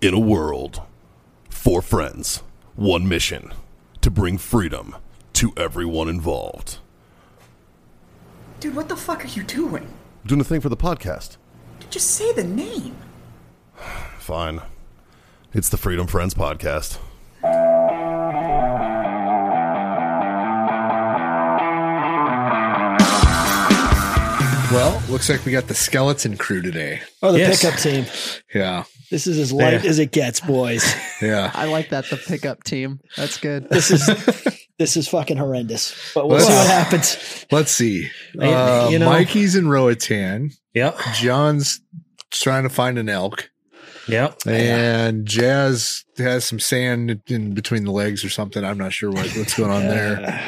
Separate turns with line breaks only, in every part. In a world, four friends, one mission to bring freedom to everyone involved.
Dude, what the fuck are you doing?
Doing a thing for the podcast.
Just say the name.
Fine. It's the Freedom Friends Podcast.
Well, looks like we got the skeleton crew today.
Or Oh, the
Yes.
pickup team.
Yeah.
This is as light
Yeah.
as it gets, boys.
Yeah.
I like that the pickup team. That's good.
This is this is fucking horrendous. But we'll see
Well-
what happens.
Let's see.
I-
Uh,
you know-
Mikey's in Roatan.
Yep.
John's trying to find an elk.
Yep.
And Jazz has some sand in between the legs or something. I'm not sure what, what's going on there.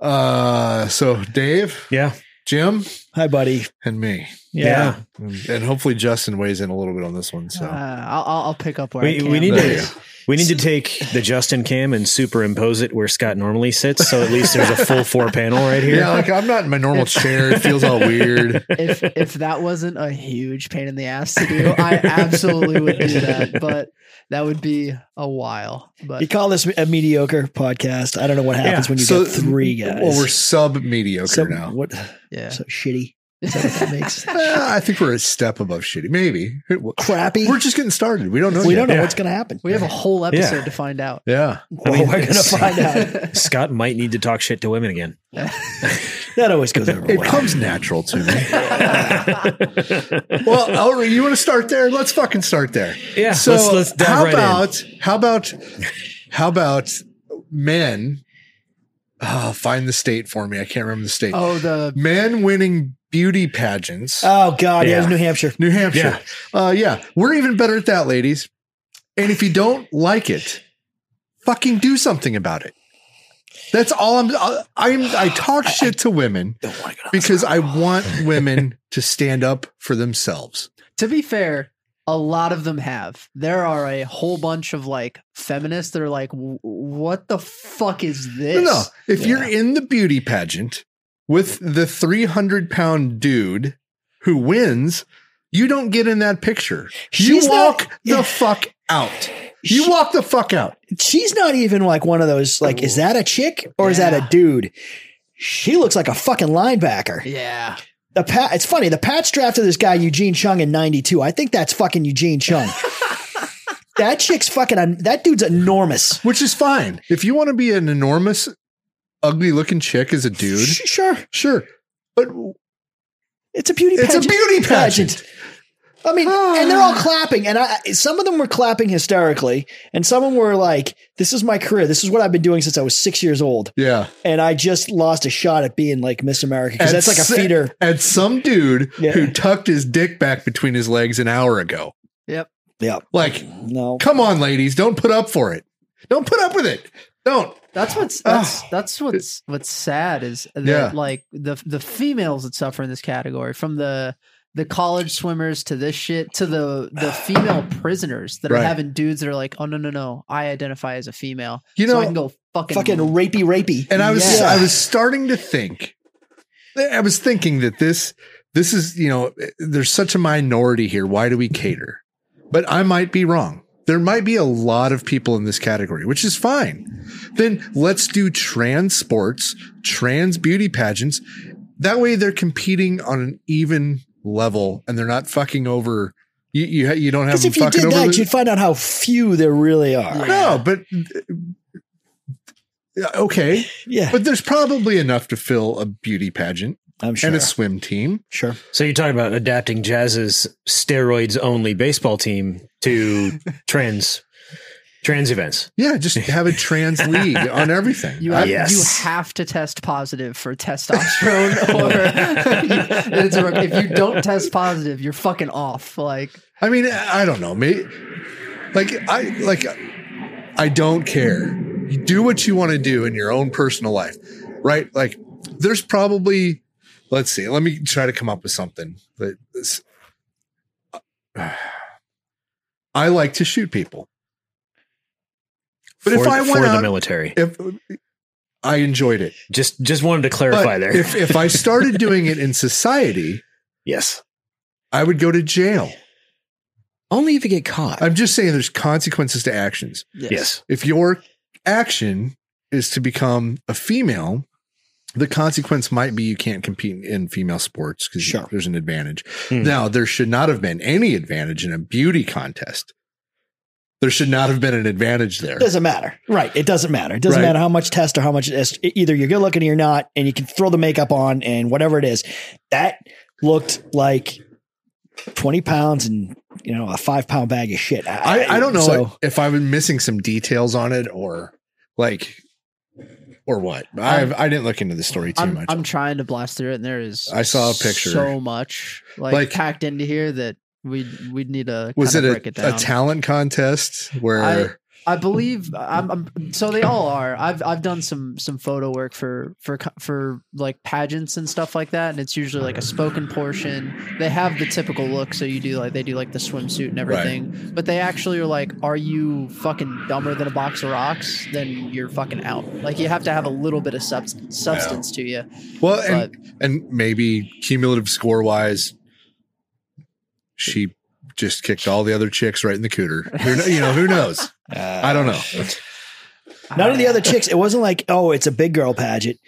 Uh, so Dave,
Yeah.
Jim,
Hi, buddy.
and me.
Yeah.
And hopefully Justin weighs in a little bit on this one. So
Uh, I'll, I'll I'll pick up where I
We,
can.
we need
There you
to we need to take the Justin cam and superimpose it where Scott normally sits, so at least there's a full four panel right here.
yeah, like I'm not in my normal chair. It feels all weird.
if if that wasn't a huge pain in the ass to do, I absolutely would do that. But that would be a while.
You
But
call this a mediocre podcast. I don't know what happens
Yeah.
when you
So-
get three guys.
Well, we're sub mediocre
so,
now.
What,
yeah,
so shitty. Is that what that makes?
Uh, I think we're a step above shitty. Maybe
Crappy.
we're just getting started. We don't know.
we
yet.
don't know
Yeah.
what's going to happen.
we have a whole episode
Yeah.
to find out.
Yeah.
Well, we're going to find out.
Scott might need to talk shit to women again.
That always goes over
It
well.
comes natural to me. well, Elry, you want to start there? Let's fucking start there.
Yeah,
So
let's- let's dive
how
right in.
about how about how about men? Oh, find the state for me. I can't remember the state.
Oh, the
Men winning beauty pageants.
Oh, God. Yeah. it was
Yeah.
New Hampshire.
New Hampshire. Uh, yeah. We're even better at that, ladies. And if you don't like it, fucking do something about it. That's all I'm. I- I'm. I talk shit to women because I want women to stand up for themselves.
to be fair, a lot of them have. There are a whole bunch of like feminists that are like, "W- what the fuck is
No,
this?
no. If you're in the beauty pageant with the 300 pound dude who wins, you don't get in that picture.
She's
you
not-
walk the fuck out. You walk the fuck out.
she's not even like one of those like is that a chick or is that a
Yeah.
dude she looks like a fucking linebacker
Yeah,
the pat it's funny the pat's drafted this guy eugene chung in 92 i think that's fucking eugene chung that chick's fucking that dude's enormous
which is fine. If you want to be an enormous, ugly looking chick as a dude,
Sh- sure
sure. But
it's a beauty
it's
pageant.
a beauty pageant.
I mean, and they're all clapping, and I, some of them were clapping hysterically, and some of them were like, "This is my career. This is what I've been doing since I was six years old,
Yeah.
and I just lost a shot at being like Miss America because that's like a
se-
feeder."
And some dude
Yeah.
who tucked his dick back between his legs an hour ago.
yep.
Yeah,
Like,
no,
come on, ladies, don't put up for it. Don't put up with it. Don't.
That's what's
Ah.
that's that's what's what's sad is that
Yeah.
like the the females that suffer in this category from the the college swimmers to this shit to the the female prisoners that
Right.
are having dudes that are like oh no no no I identify as a female
You
so
know-
I can go fucking,
fucking rapey, rapey.
And I was
Yeah.
I was starting to think I was thinking that this this is, you know, there's such a minority here. Why do we cater? But I might be wrong. There might be a lot of people in this category, which is fine. Then let's do trans sports, trans beauty pageants. That way they're competing on an even level and they're not fucking over you you, ha- you don't have
Because
them
if you
fucking
did
over
that,
the-
you'd find out how few there really are.
No, but okay.
Yeah,
But there's probably enough to fill a beauty pageant
I'm sure.
and a swim team.
sure.
So you're talking about adapting Jazz's steroids only baseball team to trans trans events.
Yeah, just have a trans league on everything.
you
I-
have, you
Yes.
have to test positive for testosterone or it's a, if you don't test positive you're fucking off like
I mean, I don't know, mate. Like I like I don't care. You do what you want to do in your own personal life. Right? Like there's probably let's see. Let me try to come up with something. that this- I like to shoot people. But if
for,
I
for
went
the
out,
military.
if I enjoyed it.
Just just wanted to
But
clarify there.
If if I started doing it in society,
yes.
I would go to jail.
Only if you get caught.
I'm just saying there's consequences to actions.
Yes.
yes.
If your action is to become a female, the consequence might be you can't compete in female sports because
Sure.
there's an advantage.
Hmm.
Now, there should not have been any advantage in a beauty contest. There should not have been an advantage there.
Doesn't matter. Right. It doesn't matter. It doesn't
Right.
matter how much test or how much it is. Either you're good looking or you're not, and you can throw the makeup on and whatever it is. That looked like 20 pounds and, you know, a five pound bag of shit.
I, I don't know
So,
if I was missing some details on it or like or what. I've I didn't look into the story too
I'm,
much.
I'm trying to blast through it, and there is.
I saw a picture.
So much like,
Like-
packed into here that we we'd need to
was
kind
it
of
a,
break it down.
a talent contest where
I- I believe I'm, I'm so they all are. I've I've done some some photo work for for co- for like pageants and stuff like that, and it's usually like a spoken portion. They have the typical look, so you do like they do like the swimsuit and everything, but they actually are like, are you fucking dumber than a box of rocks? Then you're fucking out. Like you have to have a little bit of substance substance to you.
well
But
and, and maybe cumulative score wise she just kicked all the other chicks right in the cooter. Who kn- you know, who knows?
Uh,
I don't know.
none of the other chicks, it wasn't like, oh, it's a big girl pageant.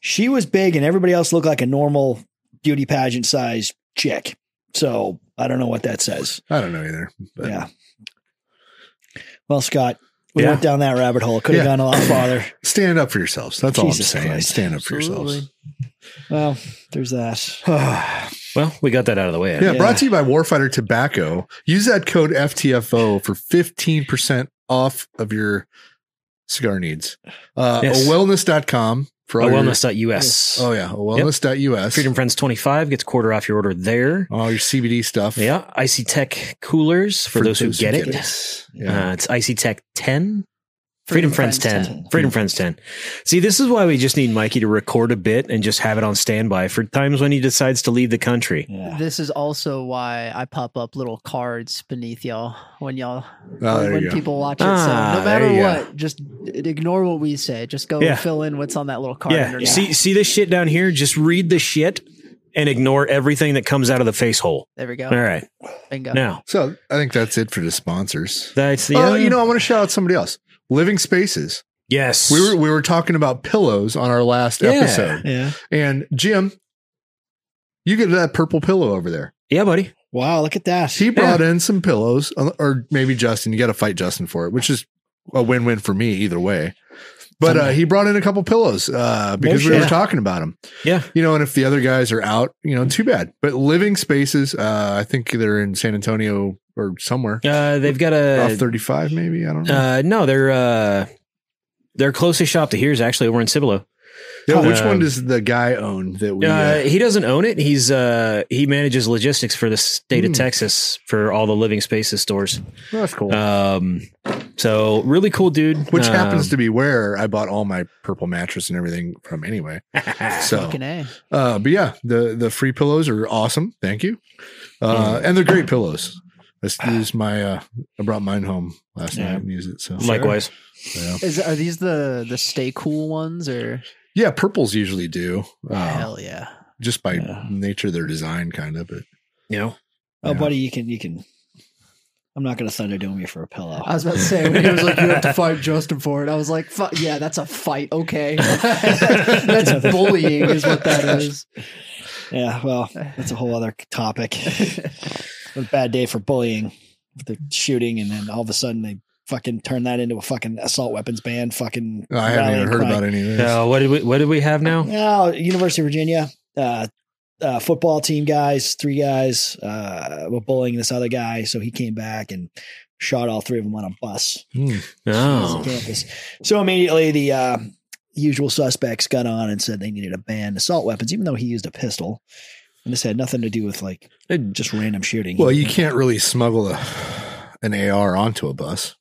She was big, and everybody else looked like a normal beauty pageant size chick. So I don't know what that says.
I don't know either. But
Yeah. Well, Scott, we
Yeah.
went down that rabbit hole. Could have
Yeah.
gone a lot farther.
stand up for yourselves. That's
Jesus
all I'm saying.
Christ.
Stand up for yourselves.
Well, there's that.
yeah,
Well, we got that out of the way.
brought to you by Warfighter Tobacco. Use that code FTFO for 15% off of your cigar needs. Uh
Yes.
wellness.com for all your-
Wellness.us.
Oh yeah, wellness.us.
Freedom Friends 25 gets quarter off your order there.
All your CBD stuff.
Yeah. Icy Tech coolers for, those, who get, it.
Yeah.
Uh, it's Icy Tech 10. Freedom, Friends, 10.
10.
Freedom Friends 10. See, this is why we just need Mikey to record a bit and just have it on standby for times when he decides to leave the country.
Yeah.
This is also why I pop up little cards beneath y'all when y'all
oh, there
when
you go.
people watch it.
Ah,
so no matter
there you
what, just ignore what we say. Just go
Yeah.
fill in what's on that little card.
Yeah.
underneath.
See, see this shit down here? Just read the shit and ignore everything that comes out of the face hole.
There we go.
All right.
Bingo.
Now,
So I think that's it for the sponsors.
that's the.
Oh,
other-
you know, I want to shout out somebody else. Living Spaces.
Yes.
We were we were talking about pillows on our last
Yeah.
episode,
Yeah.
and Jim, you get that purple pillow over there.
Yeah, buddy.
Wow, look at that.
He brought in some pillows, uh, or maybe Justin. You got to fight Justin for it, which is a win win for me either way. But uh, he brought in a couple pillows uh, because we were
shit.
talking about them.
Yeah.
you know, and if the other guys are out, you know, too bad. But Living Spaces, uh, I think they're in San Antonio or somewhere
Uh, they've got
off
a.
35, maybe. I don't know.
Uh, no, their uh, their closest shop to here is actually over in Cibolo.
yeah, which
uh,
one does the guy own that we?
Uh,
Uh,
he doesn't own it. He's uh, he manages logistics for the state
Hmm.
of Texas for all the Living Spaces stores.
that's cool.
Um, so really cool dude. Um,
which happens to be where I bought all my purple mattress and everything from anyway. So,
Fucking A.
uh, but yeah, the the free pillows are awesome. Thank you, uh, and they're great pillows. I s- used my uh, I brought mine home last
Yeah.
night and used it. So
likewise.
yeah,
Is are these the the stay cool ones or
yeah purples usually do uh,
hell yeah?
just by
Yeah.
nature of their design, kind of. But
You know,
Oh,
Yeah.
buddy, you can you can. I'm not going to thunder dome you for a pillow.
I was about to say when he was like, "You have to fight Justin for it." I was like, "Fuck yeah, that's a fight." Okay, that's bullying, is what that is.
yeah, well, that's a whole other topic. It's a bad day for bullying, with the shooting, and then all of a sudden they fucking turn that into a fucking assault weapons ban. Fucking.
uh, I haven't even heard about
it.
any of this.
uh, what did we what did we have now?
No, University of Virginia. Uh, uh, football team guys, three guys, uh, were bullying this other guy. So he came back and shot all three of them on a bus.
Hmm.
Oh,
campus. So immediately the uh, usual suspects got on and said they needed a ban assault weapons, even though he used a pistol. And this had nothing to do with like just random shooting.
Well, you can't really smuggle a, an AR onto a bus.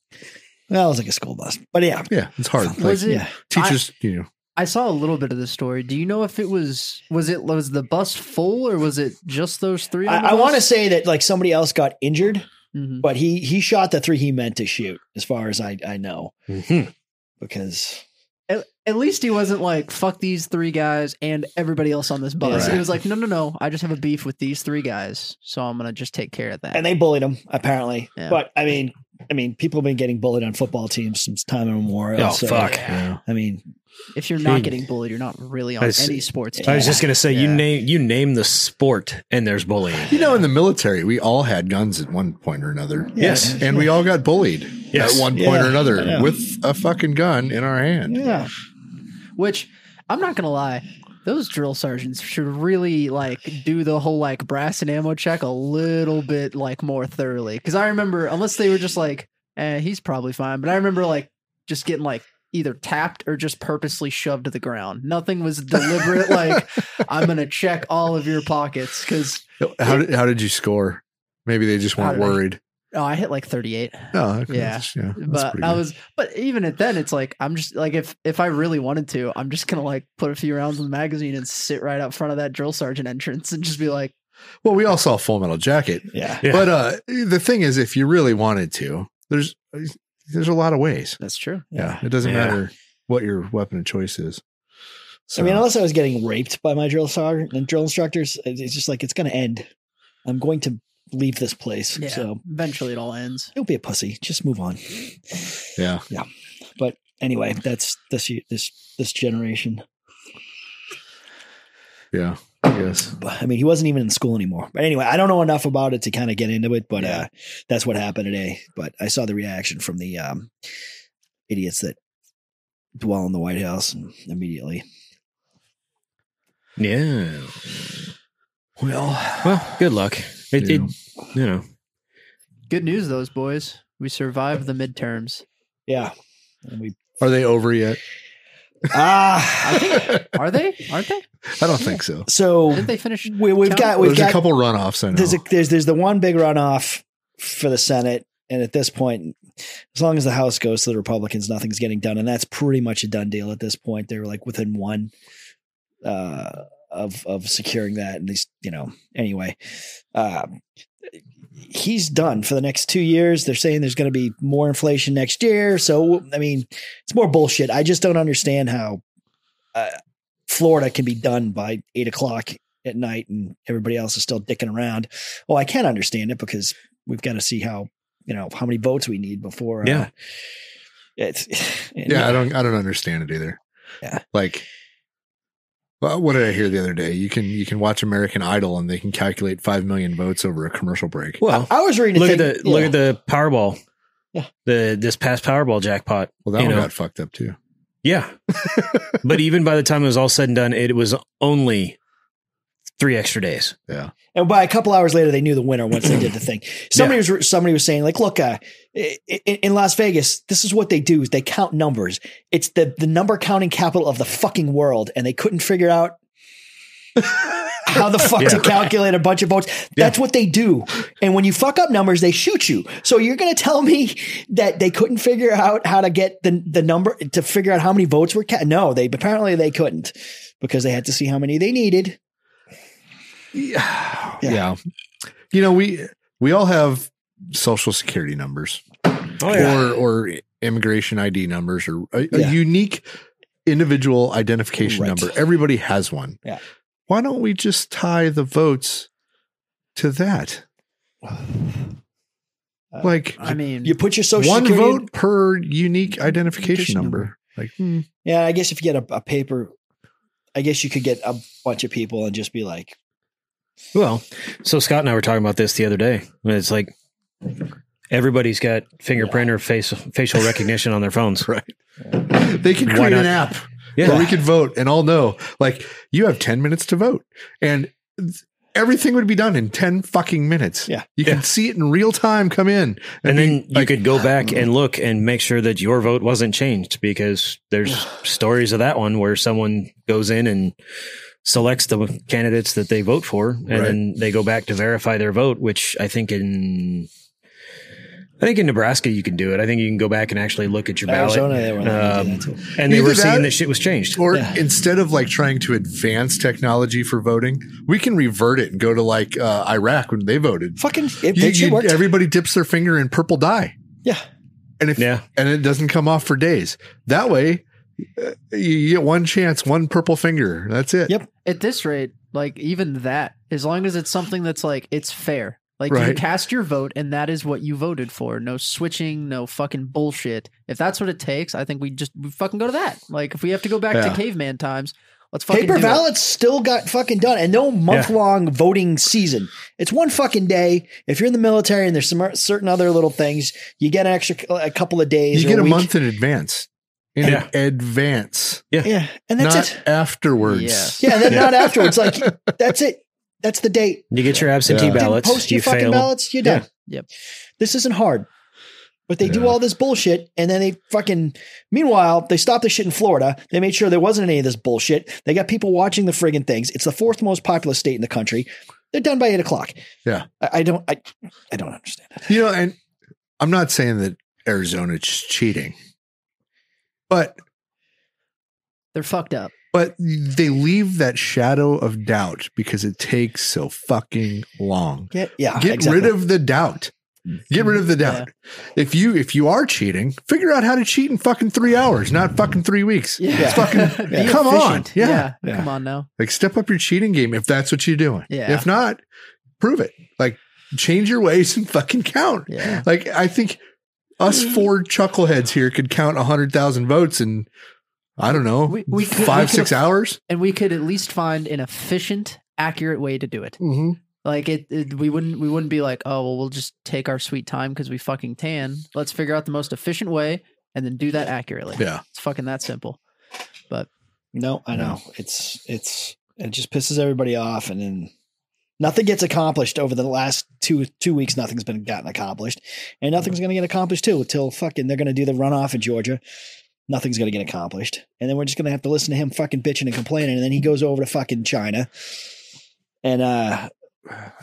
Well, it was like a school bus, but yeah,
Yeah, it's hard. Like,
Was it?
yeah.
teachers, you know,
I saw a little bit of the story. Do you know if it was was it was the bus full or was it just those three? on the
I, I want to
bus?
say that like somebody else got injured,
Mhm.
but he he shot the three he meant to shoot, as far as I I know,
Mhm.
because
at, at least he wasn't like fuck these three guys and everybody else on this bus.
Right.
It was like no, no, no. I just have a beef with these three guys, so I'm gonna just take care of that.
and they bullied him apparently.
Yeah.
But I mean, I mean, people have been getting bullied on football teams since time immemorial.
Oh
so,
fuck!
I mean,
if you're not
Jeez.
getting bullied, you're not really on
I s-
any sports.
I
team.
was just gonna say you
Yeah.
name you name the sport and there's bullying.
You know, in the military, we all had guns at one point or another.
Yes.
And we all got bullied
Yes.
at one point
Yeah.
or another
Yeah.
with a fucking gun in our hand.
yeah,
Which I'm not gonna lie, those drill sergeants should really like do the whole like brass and ammo check a little bit like more thoroughly. Because I remember, unless they were just like, eh, he's probably fine. But I remember like just getting like either tapped or just purposely shoved to the ground. Nothing was deliberate. like I'm gonna check all of your pockets because
How did, how did you score? Maybe they just
How
weren't
did I-
worried.
oh, I hit like 38.
Oh, okay.
Yeah.
That's- yeah that's
But
pretty
I
good.
was, but even at then, it's like I'm just like if if I really wanted to, I'm just gonna like put a few rounds in the magazine and sit right out front of that drill sergeant entrance and just be like,
well, we all saw Full Metal Jacket.
yeah.
Yeah.
But uh, the thing is, if you really wanted to, there's there's a lot of ways.
"That's true."
Yeah, it doesn't
Yeah.
matter what your weapon of choice is. So,
I mean, unless I was getting raped by my drill sergeant and drill instructors, it- it's just like it's going to end. I'm going to leave this place.
Yeah.
So
Eventually, it all ends.
don't be a pussy. Just move on.
yeah,
But anyway, that's this year- this this generation.
yeah, I guess.
But, I mean, he wasn't even in school anymore. But anyway, I don't know enough about it to kind of get into it. But uh, that's what happened today. But I saw the reaction from the um, idiots that dwell in the White House and immediately.
Yeah.
Well,
Well, good luck. It,
Yeah.
it you know
Good news, those boys. We survived the midterms.
Yeah. And we
are they over yet?
ah.
I
Are they? Aren't they?
don't think so.
so
Didn't they finish?
we, we've got we've
There's
got
a couple runoffs. I know.
there's a, there's there's the one big runoff for the Senate, and at this point, as long as the House goes to the Republicans, nothing's getting done, and that's pretty much a done deal at this point. They're like within one uh, of of securing that, and these you know anyway. Um, he's done for the next two years. They're saying there's going to be more inflation next year, so I mean, it's more bullshit. I just don't understand how. Uh, Florida can be done by eight o'clock at night and everybody else is still dicking around. Well, I can't understand it because we've got to see how, you know, how many votes we need before. uh,
Yeah.
it's,
yeah, I don't. I don't understand it either.
Yeah.
Like, well, what did I hear the other day? You can you can watch American Idol and they can calculate five million votes over a commercial break.
well
I was reading. a
look at
thing-
the look
yeah.
at the Powerball.
Yeah.
The this past Powerball jackpot.
Well, that
you
one
know.
got fucked up too.
Yeah. but even by the time it was all said and done, it was only three extra days.
And by a couple hours later, they knew the winner once they did the thing. Somebody was somebody was saying like, look, uh, i- i- in Las Vegas, this is what they do: is they count numbers. It's the the number counting capital of the fucking world, and they couldn't figure out. How the fuck to
Yeah.
calculate a bunch of votes? That's what they do. And when you fuck up numbers, they shoot you. So you're going to tell me that they couldn't figure out how to get the the number to figure out how many votes were ca- No, they apparently they couldn't because they had to see how many they needed.
Yeah.
Yeah.
yeah. You know, we we all have social security numbers or
Oh
or immigration ID numbers or a, a
Yeah.
unique individual identification
Right.
number. Everybody has one.
Yeah.
Why don't we just tie the votes to that?
Uh,
like
I mean,
You put your social
one
security
vote per unique identification
Identification
number.
number.
Like hmm.
Yeah, I guess if you get a, a paper, I guess you could get a bunch of people and just be like,
Well, so Scott and I were talking about this the other day. It's like everybody's got fingerprint or face, facial recognition on their phones.
right. They could
Why
create an
not?
app
Yeah.
where we could vote and all know. Like you have 10 minutes to vote and th- everything would be done in 10 fucking minutes.
Yeah.
You
Yeah.
can see it in real time come in.
and then
be
you could go back
Mm.
and look and make sure that your vote wasn't changed because there's stories of that one where someone goes in and selects the candidates that they vote for and
Right.
then they go back to verify their vote which i think in i think in nebraska you can do it i think you can go back and actually look at your ballot
Arizona, they were like,
Um,
too.
and they
Either
were seeing
that-
that shit was changed
Or
Yeah.
instead of like trying to advance technology for voting, we can revert it and go to like uh, Iraq when they voted.
fucking, it,
You-
that shit
you-
worked.
everybody dips their finger in purple dye.
yeah.
And if
yeah
and it doesn't come off for days. That way, uh, you get one chance, one purple finger. That's it.
Yep.
At this rate, like even that, as long as it's something that's like it's fair. Like you
Right.
cast your vote and that is what you voted for. No switching, no fucking bullshit. If that's what it takes, I think we just we fucking go to that. Like if we have to go back
Yeah.
to caveman times, let's fucking
Paper
do it.
ballots still got fucking done, and no month long voting season. It's one fucking day. If you're in the military and there's some er- certain other little things, you get an extra a couple of days.
You
or
get a
week.
month in advance. In
Yeah.
advance,
yeah, and that's
not
it.
afterwards.
Yes.
Yeah, and then not afterwards. Like that's it. That's the date.
You get your absentee
Yeah.
ballots.
Didn't post your
you
fucking
fail.
ballots. You're done.
Yeah. Yep.
This isn't hard. But they do
Yeah.
all this bullshit, and then they fucking. Meanwhile, they stopped this shit in Florida. They made sure there wasn't any of this bullshit. They got people watching the friggin' things. It's the fourth most populous state in the country. They're done by eight o'clock.
Yeah.
I, I don't. I, I don't understand. It.
You know, and I'm not saying that Arizona's cheating, but
They're fucked up.
but they leave that shadow of doubt because it takes so fucking long.
Yeah. Yeah.
Ah,
Get
exactly.
rid of the doubt. Get rid of the doubt. If you if you are cheating, figure out how to cheat in fucking three hours, not fucking three weeks. It's fucking
Be
come on.
efficient.
Yeah.
Yeah.
Come on now.
Like step up your cheating game if that's what you're doing.
Yeah.
If not, prove it. Like change your ways and fucking count.
Yeah.
Like I think us four chuckleheads here could count a hundred thousand votes in I don't know
We- we could-
five
we could-
six hours.
And we could at least find an efficient, accurate way to do it.
Mm-hmm.
Like it, it we wouldn't we wouldn't be like, oh well, we'll just take our sweet time because we fucking tan. Let's figure out the most efficient way and then do that accurately.
Yeah.
It's fucking that simple.
No, I know. It's it's it just pisses everybody off, and then nothing gets accomplished over the last two two weeks. Nothing's been gotten accomplished, and nothing's going to get accomplished too until fucking they're going to do the runoff in Georgia. Nothing's going to get accomplished, and then we're just going to have to listen to him fucking bitching and complaining, and then he goes over to fucking China, and uh,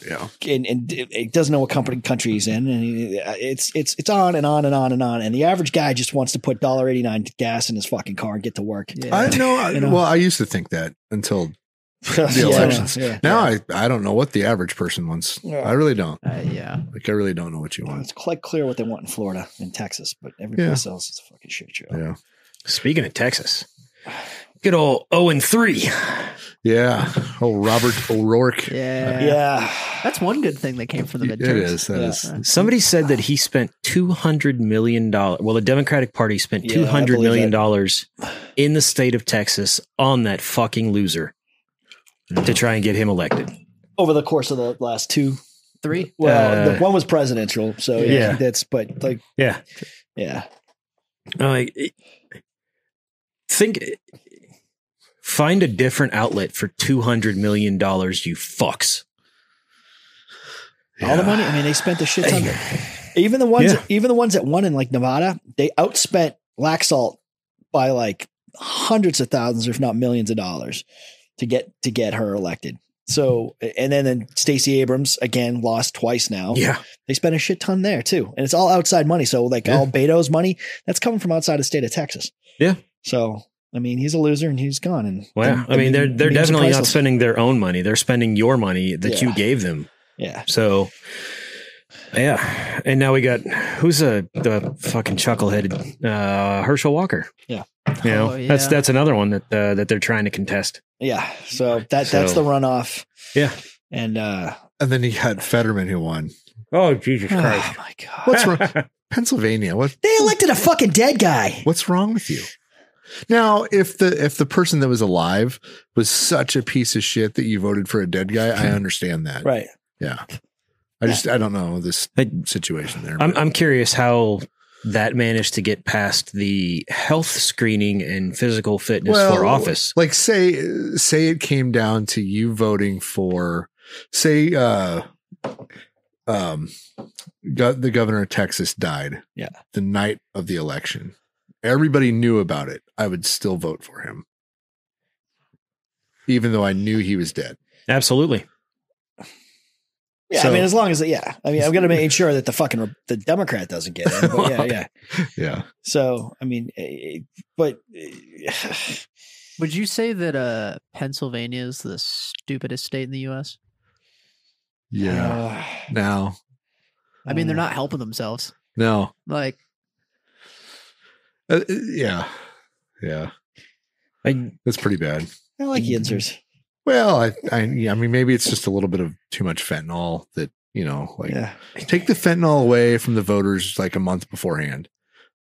Yeah.
and, and it it doesn't know what company country he's in, and he, it's it's it's on and on and on and on, and the average guy just wants to put dollar eighty nine gas in his fucking car and get to work.
Yeah.
I know, I,
You know.
Well, I used to think that until
Yeah,
elections.
yeah.
now. I I don't know what the average person wants.
Yeah.
I really don't.
Uh, yeah.
Like I really don't know what you
Well,
want.
it's quite clear what they want in Florida and Texas, but every
Yeah.
place else is a fucking shit show.
Yeah.
Speaking of Texas, good old 0 and 3.
Yeah. Oh, Robert O'Rourke.
Yeah.
Yeah.
That's one good thing that came from the
It
midterms.
is. That
Yeah.
is.
Somebody said that he spent $200 million. Well, the Democratic Party spent
Yeah, I
$200 million
believe
in the state of Texas on that fucking loser to try and get him elected.
Over the course of the last two,
Three.
well,
Uh,
the one was presidential, so yeah,
yeah.
that's but like
Yeah.
yeah,
Like, it- Uh, think, find a different outlet for $200 million, you fucks.
all the
Yeah.
money. I mean, they spent the shit ton. even the ones,
Yeah.
even the ones that won in like Nevada, they outspent Laxalt by like hundreds of thousands, if not millions of dollars, to get to get her elected. So, and then then Stacey Abrams again lost twice now.
Yeah.
they spend a shit ton there too. And it's all outside money. So like
Yeah.
all Beto's money, that's coming from outside the state of Texas.
Yeah.
So I mean, he's a loser and he's gone. And
Well, yeah.
and-
I mean, they're they're
memes are
definitely not
priceless.
spending their own money. They're spending your money that
Yeah.
you gave them.
Yeah.
So, yeah. And now we got who's a the fucking chuckleheaded uh, Herschel Walker.
Yeah.
You know,
Oh, yeah.
that's that's another one that uh, that they're trying to contest.
Yeah. So that that's
So-
the runoff.
Yeah.
And uh
And then you got Fetterman who won.
Oh Jesus
oh my god.
What's wrong? Pennsylvania. What
They elected a fucking dead guy.
What's wrong with you? Now, if the if the person that was alive was such a piece of shit that you voted for a dead guy, I understand that.
Right.
Yeah. I just I don't know this situation there.
I'm
but-
I'm curious how that managed to get past the health screening and physical fitness for office.
Like say say it came down to you voting for say uh um go- the governor of Texas died.
Yeah.
The night of the election. Everybody knew about it. I would still vote for him. Even though I knew he was dead.
Absolutely.
Yeah, I
So-
mean, as long as yeah, I mean, I'm gonna make sure that the fucking the Democrat doesn't get it. But yeah, yeah.
Yeah.
So I mean, eh, eh, but eh,
Would you say that uh Pennsylvania is the stupidest state in the US?
Yeah.
uh,
No.
I mean, they're
Oh.
not helping themselves.
No.
Like
Uh, yeah. Yeah.
I,
That's pretty bad.
I like Yinzers.
Well, I, I, yeah, I mean, maybe it's just a little bit of too much fentanyl that you know, like
yeah.
take the fentanyl away from the voters like a month beforehand,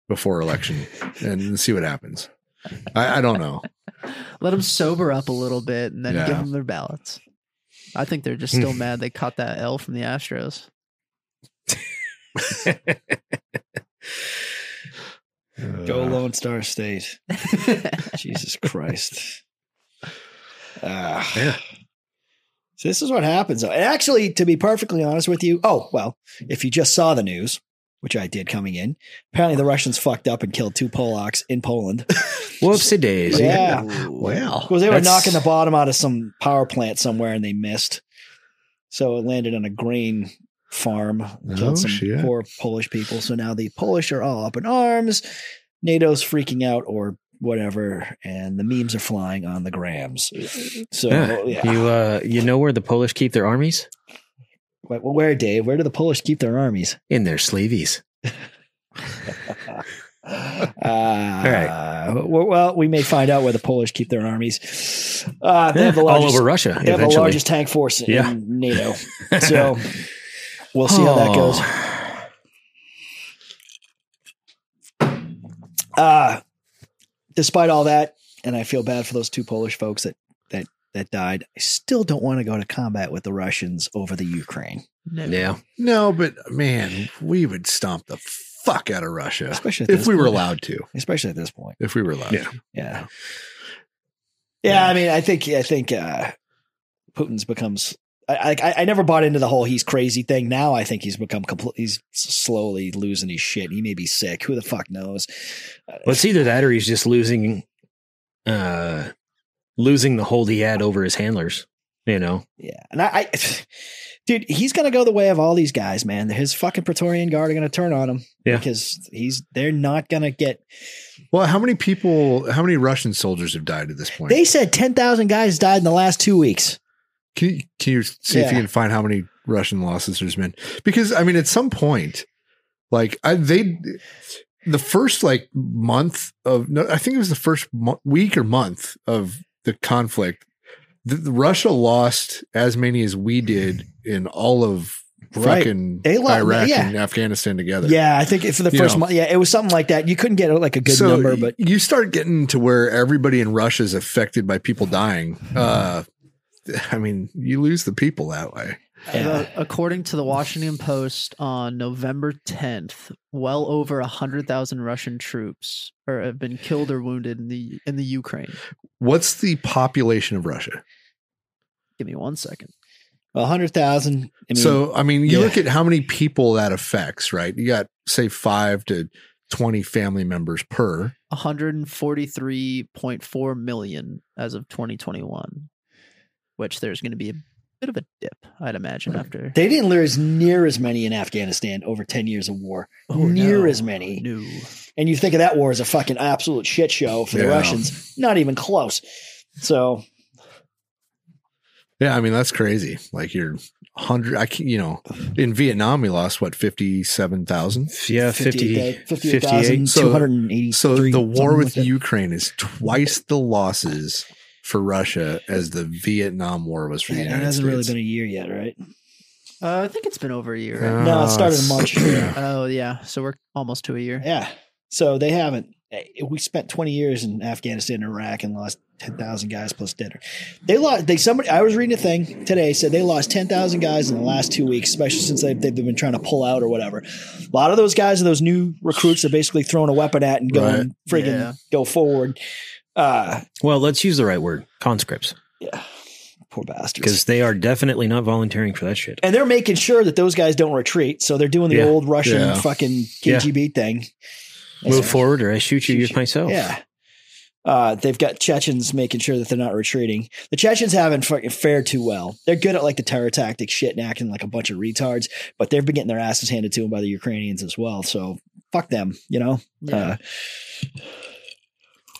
before election, and see what happens. I, I don't know.
Let them sober up a little bit and then give 'em give
Yeah.
them their ballots. I think they're just still mad they caught that L from the Astros.
Go
Uh,
Lone Star State. Jesus Christ. Ah.
Yeah.
So this is what happens. And actually, to be perfectly honest with you, oh well, if you just saw the news, which I did coming in, apparently the Russians fucked up and killed two Polacks in Poland
whoopsie daisy.
Yeah.
Well,
because they were
That's-
knocking the bottom out of some power plant somewhere and they missed. So it landed on a grain farm, killed
Oh,
some
shit.
poor Polish people. So now the Polish are all up in arms. NATO's freaking out or whatever, and the memes are flying on the grams. So
Yeah.
yeah.
You uh, you know where the Polish keep their armies?
Wait, well, where, Dave? Where do the Polish keep their armies?
In their sleeveys.
Uh, well, well, we may find out where the Polish keep their armies. Uh, they have the
Yeah,
largest,
all over Russia.
they have the
eventually.
largest uh, tank force in
Yeah.
NATO. So we'll see how that goes. Uh, despite all that, and I feel bad for those two Polish folks that that that died. I still don't want to go to combat with the Russians over the Ukraine,
No.
Yeah.
no, but man, we would stomp the fuck out of Russia
especially at
if
this
we were
point.
allowed to.
Especially at this point.
If we were allowed,
Yeah.
to.
Yeah. Yeah, I mean, I think I think uh, Putin's becomes. I, I I never bought into the whole he's crazy thing. Now I think he's become complete. He's slowly losing his shit. He may be sick. Who the fuck knows? Uh,
Well, it's either that or he's just losing, uh, losing the hold he had over his handlers. You know,
Yeah, and I, I dude, he's gonna go the way of all these guys, man. His fucking Praetorian guard are gonna turn on him.
Yeah.
because he's they're not gonna get.
Well, how many people? How many Russian soldiers have died at this point?
They said ten thousand guys died in the last two weeks.
Can you, can you see if
Yeah.
you can find how many Russian losses there's been? Because I mean, at some point, like I, they, the first like month of no, I think it was the first mo- week or month of the conflict. The, the Russia lost as many as we did in all of
Right.
fucking
They lo-
Iraq
yeah.
and Afghanistan together.
Yeah, I think it- for the
You
first
know.
month, yeah, it was something like that. You couldn't get like a good
so
number, but
you start getting to where everybody in Russia is affected by people dying.
Mm-hmm.
Uh, I mean, you lose the people that way.
Yeah.
Uh, According to the Washington Post, on November 10th, well over hundred thousand Russian troops are, have been killed or wounded in the in the Ukraine.
What's the population of Russia?
Give me one second.
a hundred thousand. I mean,
so, I mean, you
yeah.
look at how many people that affects, right? You got, say, five to 20 family members per.
One hundred and forty-three point four million as of 2021, which there's going to be a bit of a dip, I'd imagine, after
they didn't lose near as many in Afghanistan over ten years of war.
Oh,
near as many.
No.
And you think of that war as a fucking absolute shit show for the
Yeah.
Russians. Not even close. So
Yeah, I mean, that's crazy. Like, you're 100, I can, you know, in Vietnam, we lost what, 57,000?
yeah, 50,
58,000,
58.
So-
283,
So the war
something
with
like that.
Ukraine is twice the losses for Russia as the Vietnam War was for the
And
United
it hasn't
States.
really been a year yet, right?
Uh, I think it's been over a year. right?
Uh,
no, it started in
it's-
March.
yeah.
Oh yeah, so we're almost to a year.
Yeah. So they haven't. eh, We spent 20 years in Afghanistan and Iraq and lost 10,000 guys plus dead. They lost. They somebody. I was reading a thing today said they lost 10,000 guys in the last two weeks, especially since they've, they've been trying to pull out or whatever. A lot of those guys are those new recruits are basically throwing a weapon at and going friggin'
Yeah.
go forward. Uh,
Well, let's use the right word conscripts
yeah, poor bastards.
because they are definitely not volunteering for that shit.
and they're making sure that those guys don't retreat. So they're doing the
Yeah.
old Russian
Yeah.
fucking
Yeah.
KGB thing.
Move forward or I shoot you
Shoot
with
you.
myself.
Yeah. Uh, they've got Chechens making sure that they're not retreating. The Chechens haven't fucking fared too well. They're good at like the terror tactic shit and acting like a bunch of retards, but they've been getting their asses handed to them by the Ukrainians as well. So fuck them, you know. Uh,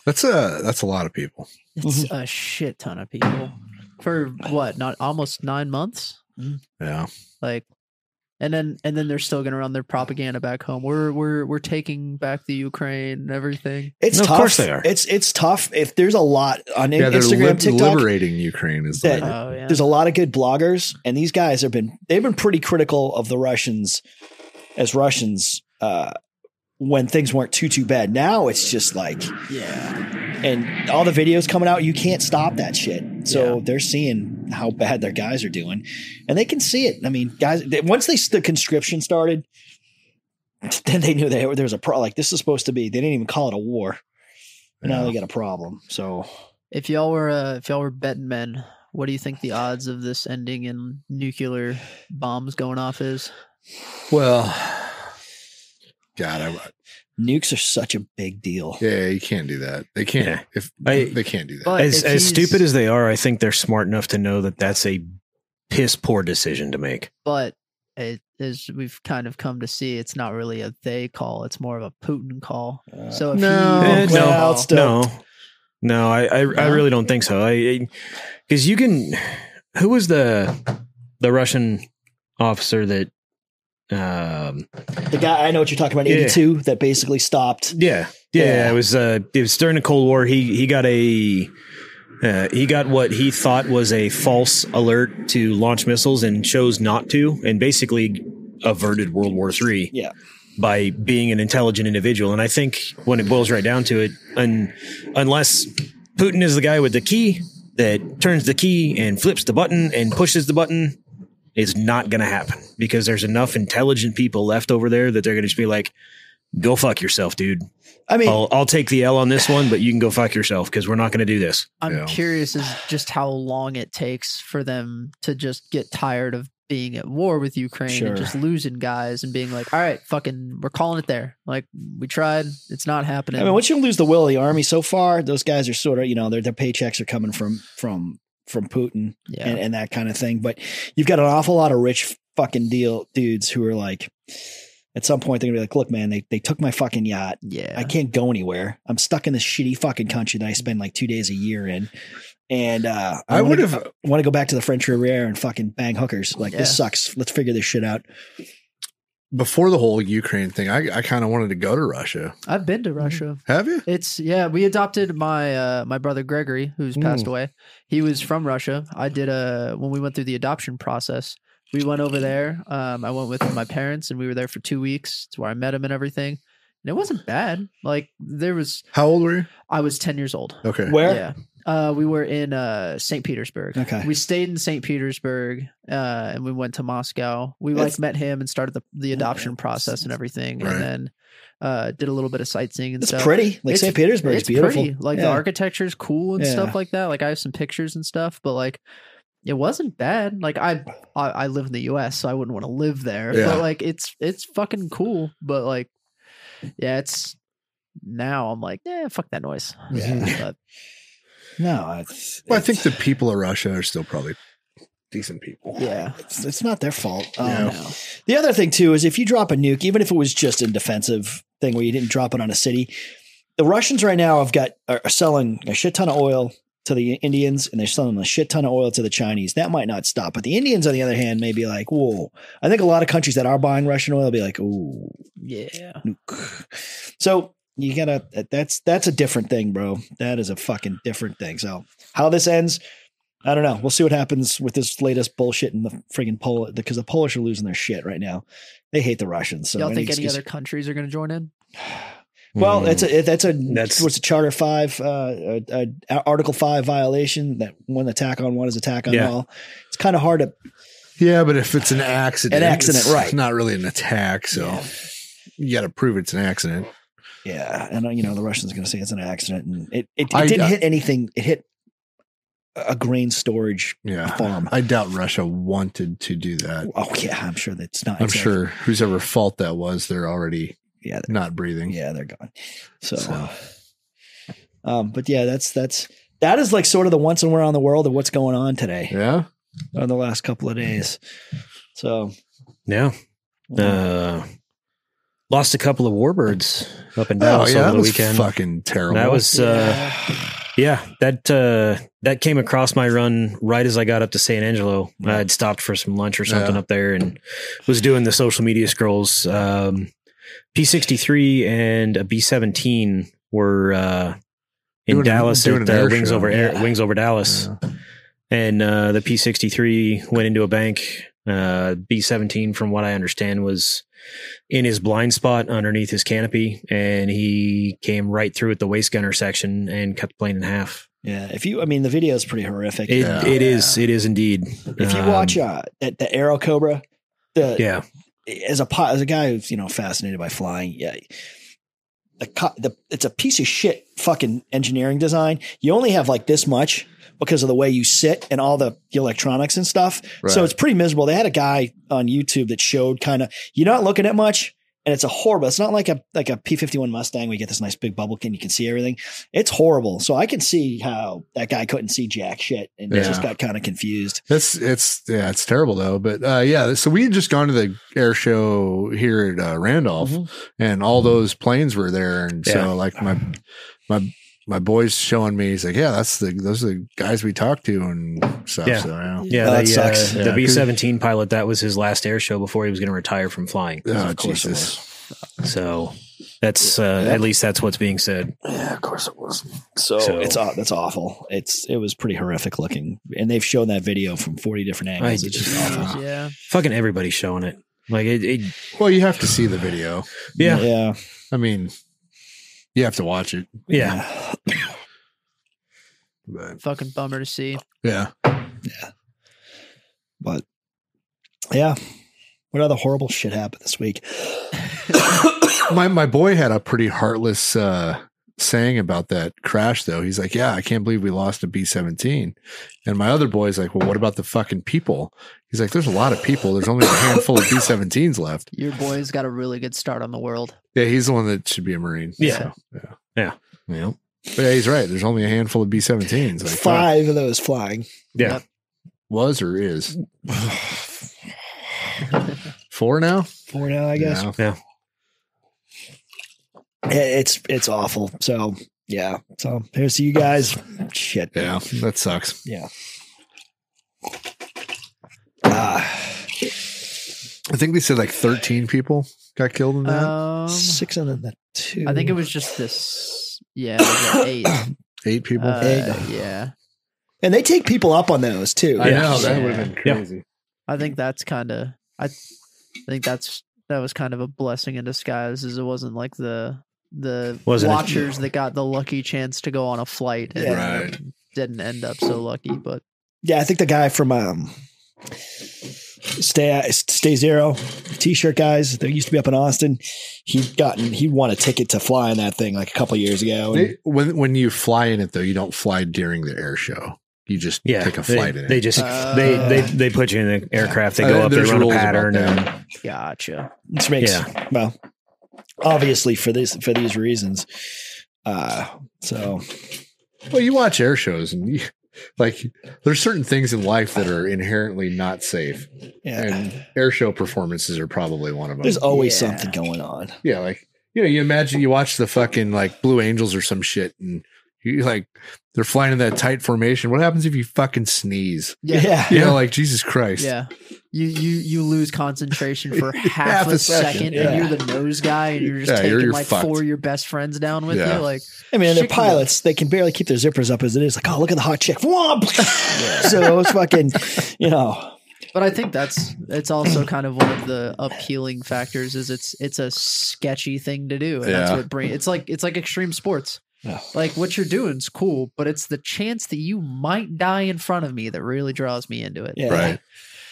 That's a that's a lot of people.
It's
mm-hmm.
a shit ton of people for what? Not almost nine months.
Yeah.
Like and then and then they're still going to run their propaganda back home. We're we're we're taking back the Ukraine and everything.
It's
No, of
tough.
course they are.
It's it's tough. If there's a lot on
yeah, they're
Instagram,
lib-
TikTok,
liberating Ukraine is
That-
like,
Oh yeah.
there's a lot of good bloggers, and these guys have been they've been pretty critical of the Russians as Russians uh, when things weren't too too bad. Now it's just like
yeah.
and all the videos coming out, you can't stop that shit. So
Yeah.
they're seeing how bad their guys are doing, and they can see it. I mean, guys, they, once they the conscription started, then they knew they, there was a pro. Like this is supposed to be. They didn't even call it a war. But Now
Yeah.
they got a problem. So
If y'all were uh, if y'all were betting men, what do you think the odds of this ending in nuclear bombs going off is?
well, God, I,
nukes are such a big deal.
yeah, you can't do that. They can't.
Yeah.
If
I-
they can't do that.
But
As
if
as
he's-
stupid as they are, I think they're smart enough to know that that's a piss poor decision to make.
but it, as we've kind of come to see, it's not really a they call; it's more of a Putin call.
Uh,
So if
No.
he,
Eh, no.
Well, it's-
No, no, I I, I
No?
really don't think so. I because you can. Who was the the Russian officer that? Um.
The guy I know what you're talking about,
Yeah.
82, that basically stopped.
Yeah. Yeah.
Yeah.
It was. Uh. It was during the Cold War. He he got a. Uh, he got what he thought was a false alert to launch missiles and chose not to, and basically averted World War Three.
Yeah.
by being an intelligent individual. And I think when it boils right down to it, un- unless Putin is the guy with the key that turns the key and flips the button and pushes the button, it's not going to happen because there's enough intelligent people left over there that they're going to just be like, go fuck yourself, dude.
I mean,
I'll, I'll take the L on this one, but you can go fuck yourself because we're not going to do this.
I'm
Yeah.
curious as just how long it takes for them to just get tired of being at war with Ukraine
Sure.
and just losing guys and being like, all right, fucking, we're calling it there. Like we tried, it's not happening.
I mean, once you lose the will of the army, so far those guys are sort of you know their their paychecks are coming from from from Putin.
yeah.
and, and that kind of thing. But you've got an awful lot of rich fucking deal dudes who are like, at some point they're gonna be like, look, man, they they took my fucking yacht.
yeah.
I can't go anywhere. I'm stuck in this shitty fucking country that I spend like two days a year in. And uh,
I would have
want to go back to the French Riviera and fucking bang hookers. Like
Yeah.
this sucks. Let's figure this shit out.
before the whole Ukraine thing. I, I kind of wanted to go to Russia.
I've been to
Mm-hmm.
Russia.
Have you?
It's yeah. We adopted my uh, my brother Gregory, who's
Mm.
passed away. He was from Russia. I did a when we went through the adoption process. We went over there. Um, I went with my parents, and we were there for two weeks. It's where I met him and everything. And it wasn't bad. Like there was,
How old were you?
I was ten years old.
Okay.
Where?
Yeah. Uh, we were in uh, St. Petersburg.
Okay.
We stayed in St. Petersburg, uh, and we went to Moscow. We
That's-
like met him and started the, the adoption process and everything,
Right.
and then uh, did a little bit of sightseeing and
It's
stuff.
pretty. Like
It's-
St. Petersburg is
it's
beautiful.
pretty. Like the
Yeah.
architecture is cool and
Yeah.
stuff like that. Like I have some pictures and stuff, but like it wasn't bad. Like I, I, I live in the U.S., so I wouldn't want to live there.
Yeah.
But like it's it's fucking cool. But like, yeah, it's now I'm like, yeah, fuck that noise.
Yeah.
But
No, it's,
Well, I think
it's-
the people of Russia are still probably decent people.
yeah,
it's, it's not their fault. Um,
Yeah.
no.
The other thing too is if you drop a nuke, even if it was just a defensive thing where you didn't drop it on a city, the Russians right now have got are are selling a shit ton of oil to the Indians and they're selling a shit ton of oil to the Chinese. That might not stop, but the Indians on the other hand may be like, "Whoa!" I think a lot of countries that are buying Russian oil will be like, "Ooh,
yeah.
nuke." So you gotta that- that's that's a different thing, bro. That is a fucking different thing. So how this ends. I don't know. We'll see what happens with this latest bullshit in the friggin' Pol because the Polish are losing their shit right now. They hate the Russians. So
Y'all
any
think any
excuse-
other countries are going to join in?
Well,
Mm.
that's a that's a that's
That's-
what's a Charter Five, uh, uh, uh, Article Five violation. That one attack on one is attack on
Yeah.
all. It's kind of hard to
Yeah, but if it's an accident,
An accident,
it's
right.
Not really an attack, so you got to prove it's an accident.
Yeah, and uh, you know the Russians are going to say it's an accident, and it it, it
I-
uh,
didn't
I-
hit anything. It hit a grain storage
Yeah,
farm.
I doubt Russia wanted to do that.
oh yeah, I'm sure that's not.
I'm
exactly-
sure whose ever fault that was, they're already
Yeah, they're-
not breathing.
yeah, they're gone. So, uh,
So.
um, but yeah, that's that's that is like sort of the once and we're on the world of what's going on today
Yeah?
or the last couple of days. So,
Yeah. Uh, lost a couple of warbirds up and down
oh yeah,
over
that
the
was
weekend.
fucking terrible.
That was uh,
Yeah.
Yeah, that uh, that came across my run right as I got up to San Angelo. I had stopped for some lunch or something
Yeah.
up there and was doing the social media scrolls. Um, P63 and a B17 were uh, in
Doing an-
Dallas
doing
at
an
uh,
air
Wings
show.
over air,
Yeah.
Wings over Dallas, and uh, the P63 went into a bank. Uh, B17, from what I understand, was in his blind spot underneath his canopy, and he came right through at the waist gunner section and cut the plane in half.
Yeah, if you, I mean, the video is pretty horrific.
It,
Yeah.
it is, it is indeed.
uh,
Um,
if you watch uh, that the arrow cobra, the
yeah,
as a po- as a guy who's you know fascinated by flying, yeah, the, co- the it's a piece of shit fucking engineering design. You only have like this much because of the way you sit and all the electronics and stuff. So
Right.
it's pretty miserable. They had a guy on YouTube that showed kind of you're not looking at much. And it's a horrible. It's not like a like a P fifty one Mustang. We get this nice big bubble can. You can see everything. It's horrible. So I can see how that guy couldn't see jack shit and
Yeah.
just got kind of confused.
That's it's yeah, it's terrible though. But uh, yeah, so we had just gone to the air show here at uh, Randolph,
Mhm.
and all those planes were there, and
Mm-hmm. Yeah.
so like my my my boy's showing me, he's like, yeah, that's the those are the guys we talked to and stuff.
Yeah.
So yeah,
yeah,
Oh,
the,
that sucks.
uh,
Yeah.
the B seventeen pilot that was his last air show before he was going to retire from flying.
oh,
Of course it
Jesus,
So that's uh, at least that's what's being said.
Yeah, of course it was. So,
So-
it's aw- that's awful. It's it was pretty horrific looking, and they've shown that video from forty different angles.
I-
it's just awful.
Yeah.
Fucking everybody's showing it. Like it, it
well, you have to see the video.
yeah, yeah.
yeah,
I mean, you have to watch it,
yeah.
but
Fucking bummer to see.
yeah,
But yeah, what other horrible shit happened this week?
my my boy had a pretty heartless uh saying about that crash though. He's like, "Yeah, I can't believe we lost a B17." And my other boy's like, "Well, what about the fucking people?" He's like, "There's a lot of people. There's only a handful of B17s left."
Your boy's got a really good start on the world.
Yeah, he's the one that should be a marine.
Yeah.
So, yeah. But yeah, he's right. There's only a handful of B17s. Like, fuck,
Five of those flying.
Yeah.
was or is. Four now?
Four now, I guess.
Yeah.
It- It's it's awful. So yeah. So here's to you guys. Shit.
Yeah, that sucks.
Yeah. Ah,
I think they said like 13 people got killed in that.
Um,
six and then the two.
I think it was just this. Yeah, it was like eight.
Eight people.
Uh,
Eight.
yeah,
And they take people up on those too.
I
yeah.
know that would
Yeah.
have been
Yeah.
crazy.
I think that's kind of. I, I think that's that was kind of a blessing in disguise, as it wasn't like the the
Wasn't it?
watchers that got the lucky chance to go on a flight and
Yeah.
Right.
didn't end up so lucky. But
Yeah, I think the guy from um, Stay Stay Zero T-shirt guys that used to be up in Austin, he'd gotten he won a ticket to fly in that thing like a couple years ago. And
They- when when you fly in it though, you don't fly during the air show. You just take a flight
they,
in
they
it.
just
Uh,
they they they put you in an aircraft. They go
Uh,
up, they
there's
run a
rules about
pattern,
that.
and
gotcha.
this makes
yeah.
well, obviously for this for these reasons. Uh, so
well, you watch air shows and you, like there's certain things in life that are inherently not safe,
yeah,
and air show performances are probably one of them.
there's always
Yeah.
something going on.
yeah, like you know, you imagine you watch the fucking like Blue Angels or some shit, and you like they're flying in that tight formation. What happens if you fucking sneeze?
Yeah,
Yeah,
You know, like Jesus Christ.
yeah. You you you lose concentration for half, a, second,
yeah.
and you're the nose guy, and you're just
Yeah,
taking
you're- you're
like
fucked.
four of your best friends down with
Yeah.
you, like.
I mean, and they're
Chicken-
pilots; they can barely keep their zippers up as it is. Like, oh, look at the hot chick! Womp! so it's fucking, you know.
But I think that's it's also kind of one of the appealing factors is it's it's a sketchy thing to do, and that's
Yeah.
what bring it's like it's like extreme sports.
Yeah.
Like what you're doing's cool, but it's the chance that you might die in front of me that really draws me into it.
Yeah.
Right.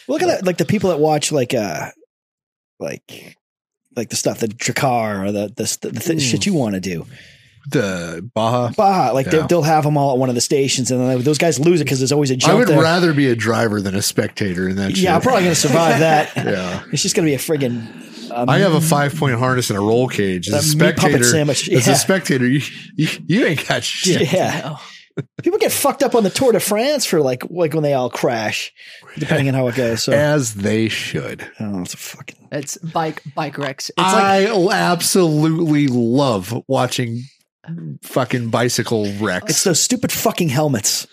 Look at that, like the people that watch like uh like like the stuff the Drakkar or the the, the, th-
Mm.
shit you want to do.
The Baja.
Baja, like
Yeah.
they, they'll have them all at one of the stations, and then those guys lose it because there's always a
I
jump
would
there.
rather be a driver than a spectator in that. shit.
yeah, I'm probably gonna survive that.
Yeah.
It's just gonna be a friggin' um,
I have a five point harness and a roll cage.
that
As a
meat puppet
spectator,
sandwich.
as
Yeah.
a spectator, you, you you ain't got shit.
yeah.
No.
People get fucked up on the Tour de France for like like when they all crash, depending on how it goes. So
As they should.
oh, it's a fucking
It's bike bike wrecks. It's like
I absolutely love watching fucking bicycle
It's
wrecks.
those stupid fucking helmets.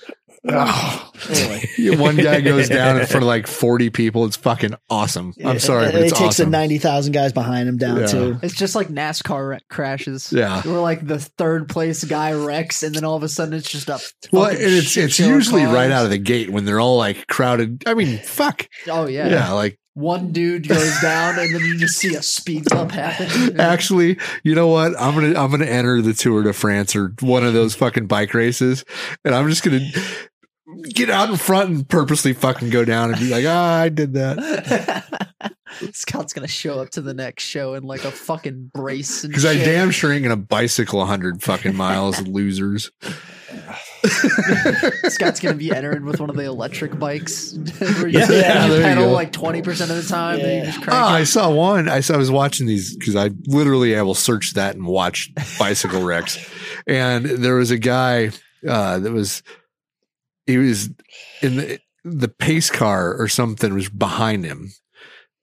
oh,
Ugh.
Anyway.
One guy goes down in front of like 40 people. It's fucking awesome. I'm sorry,
It,
but it's
takes
awesome.
the 90,000 guys behind him down
Yeah.
too.
It's just like NASCAR wreck crashes.
Yeah.
We're like the third place guy wrecks, and then all of a sudden it's just a.
well, and
fucking
it's
shit
it's
show of
usually right
cars.
out of the gate when they're all like crowded. I mean, fuck.
Oh yeah.
Yeah, like
One dude goes down, and then you just see a speed bump happen.
actually, you know what? I'm going to I'm going to enter the Tour de France or one of those fucking bike races and I'm just going to get out in front and purposely fucking go down and be like, "Ah, I did that."
Scott's gonna show up to the next show in like a fucking brace.
Because I damn sure ain't gonna bicycle hundred fucking miles, losers.
Scott's gonna be entering with one of the electric bikes where you,
Yeah,
you
yeah, there you
pedal
go.
like twenty percent of the time, then you
Yeah.
just
Oh,
crank.
I saw one. I saw, I was watching these because I literally I will search that and watch bicycle wrecks. And there was a guy uh, that was he was in the the pace car or something was behind him,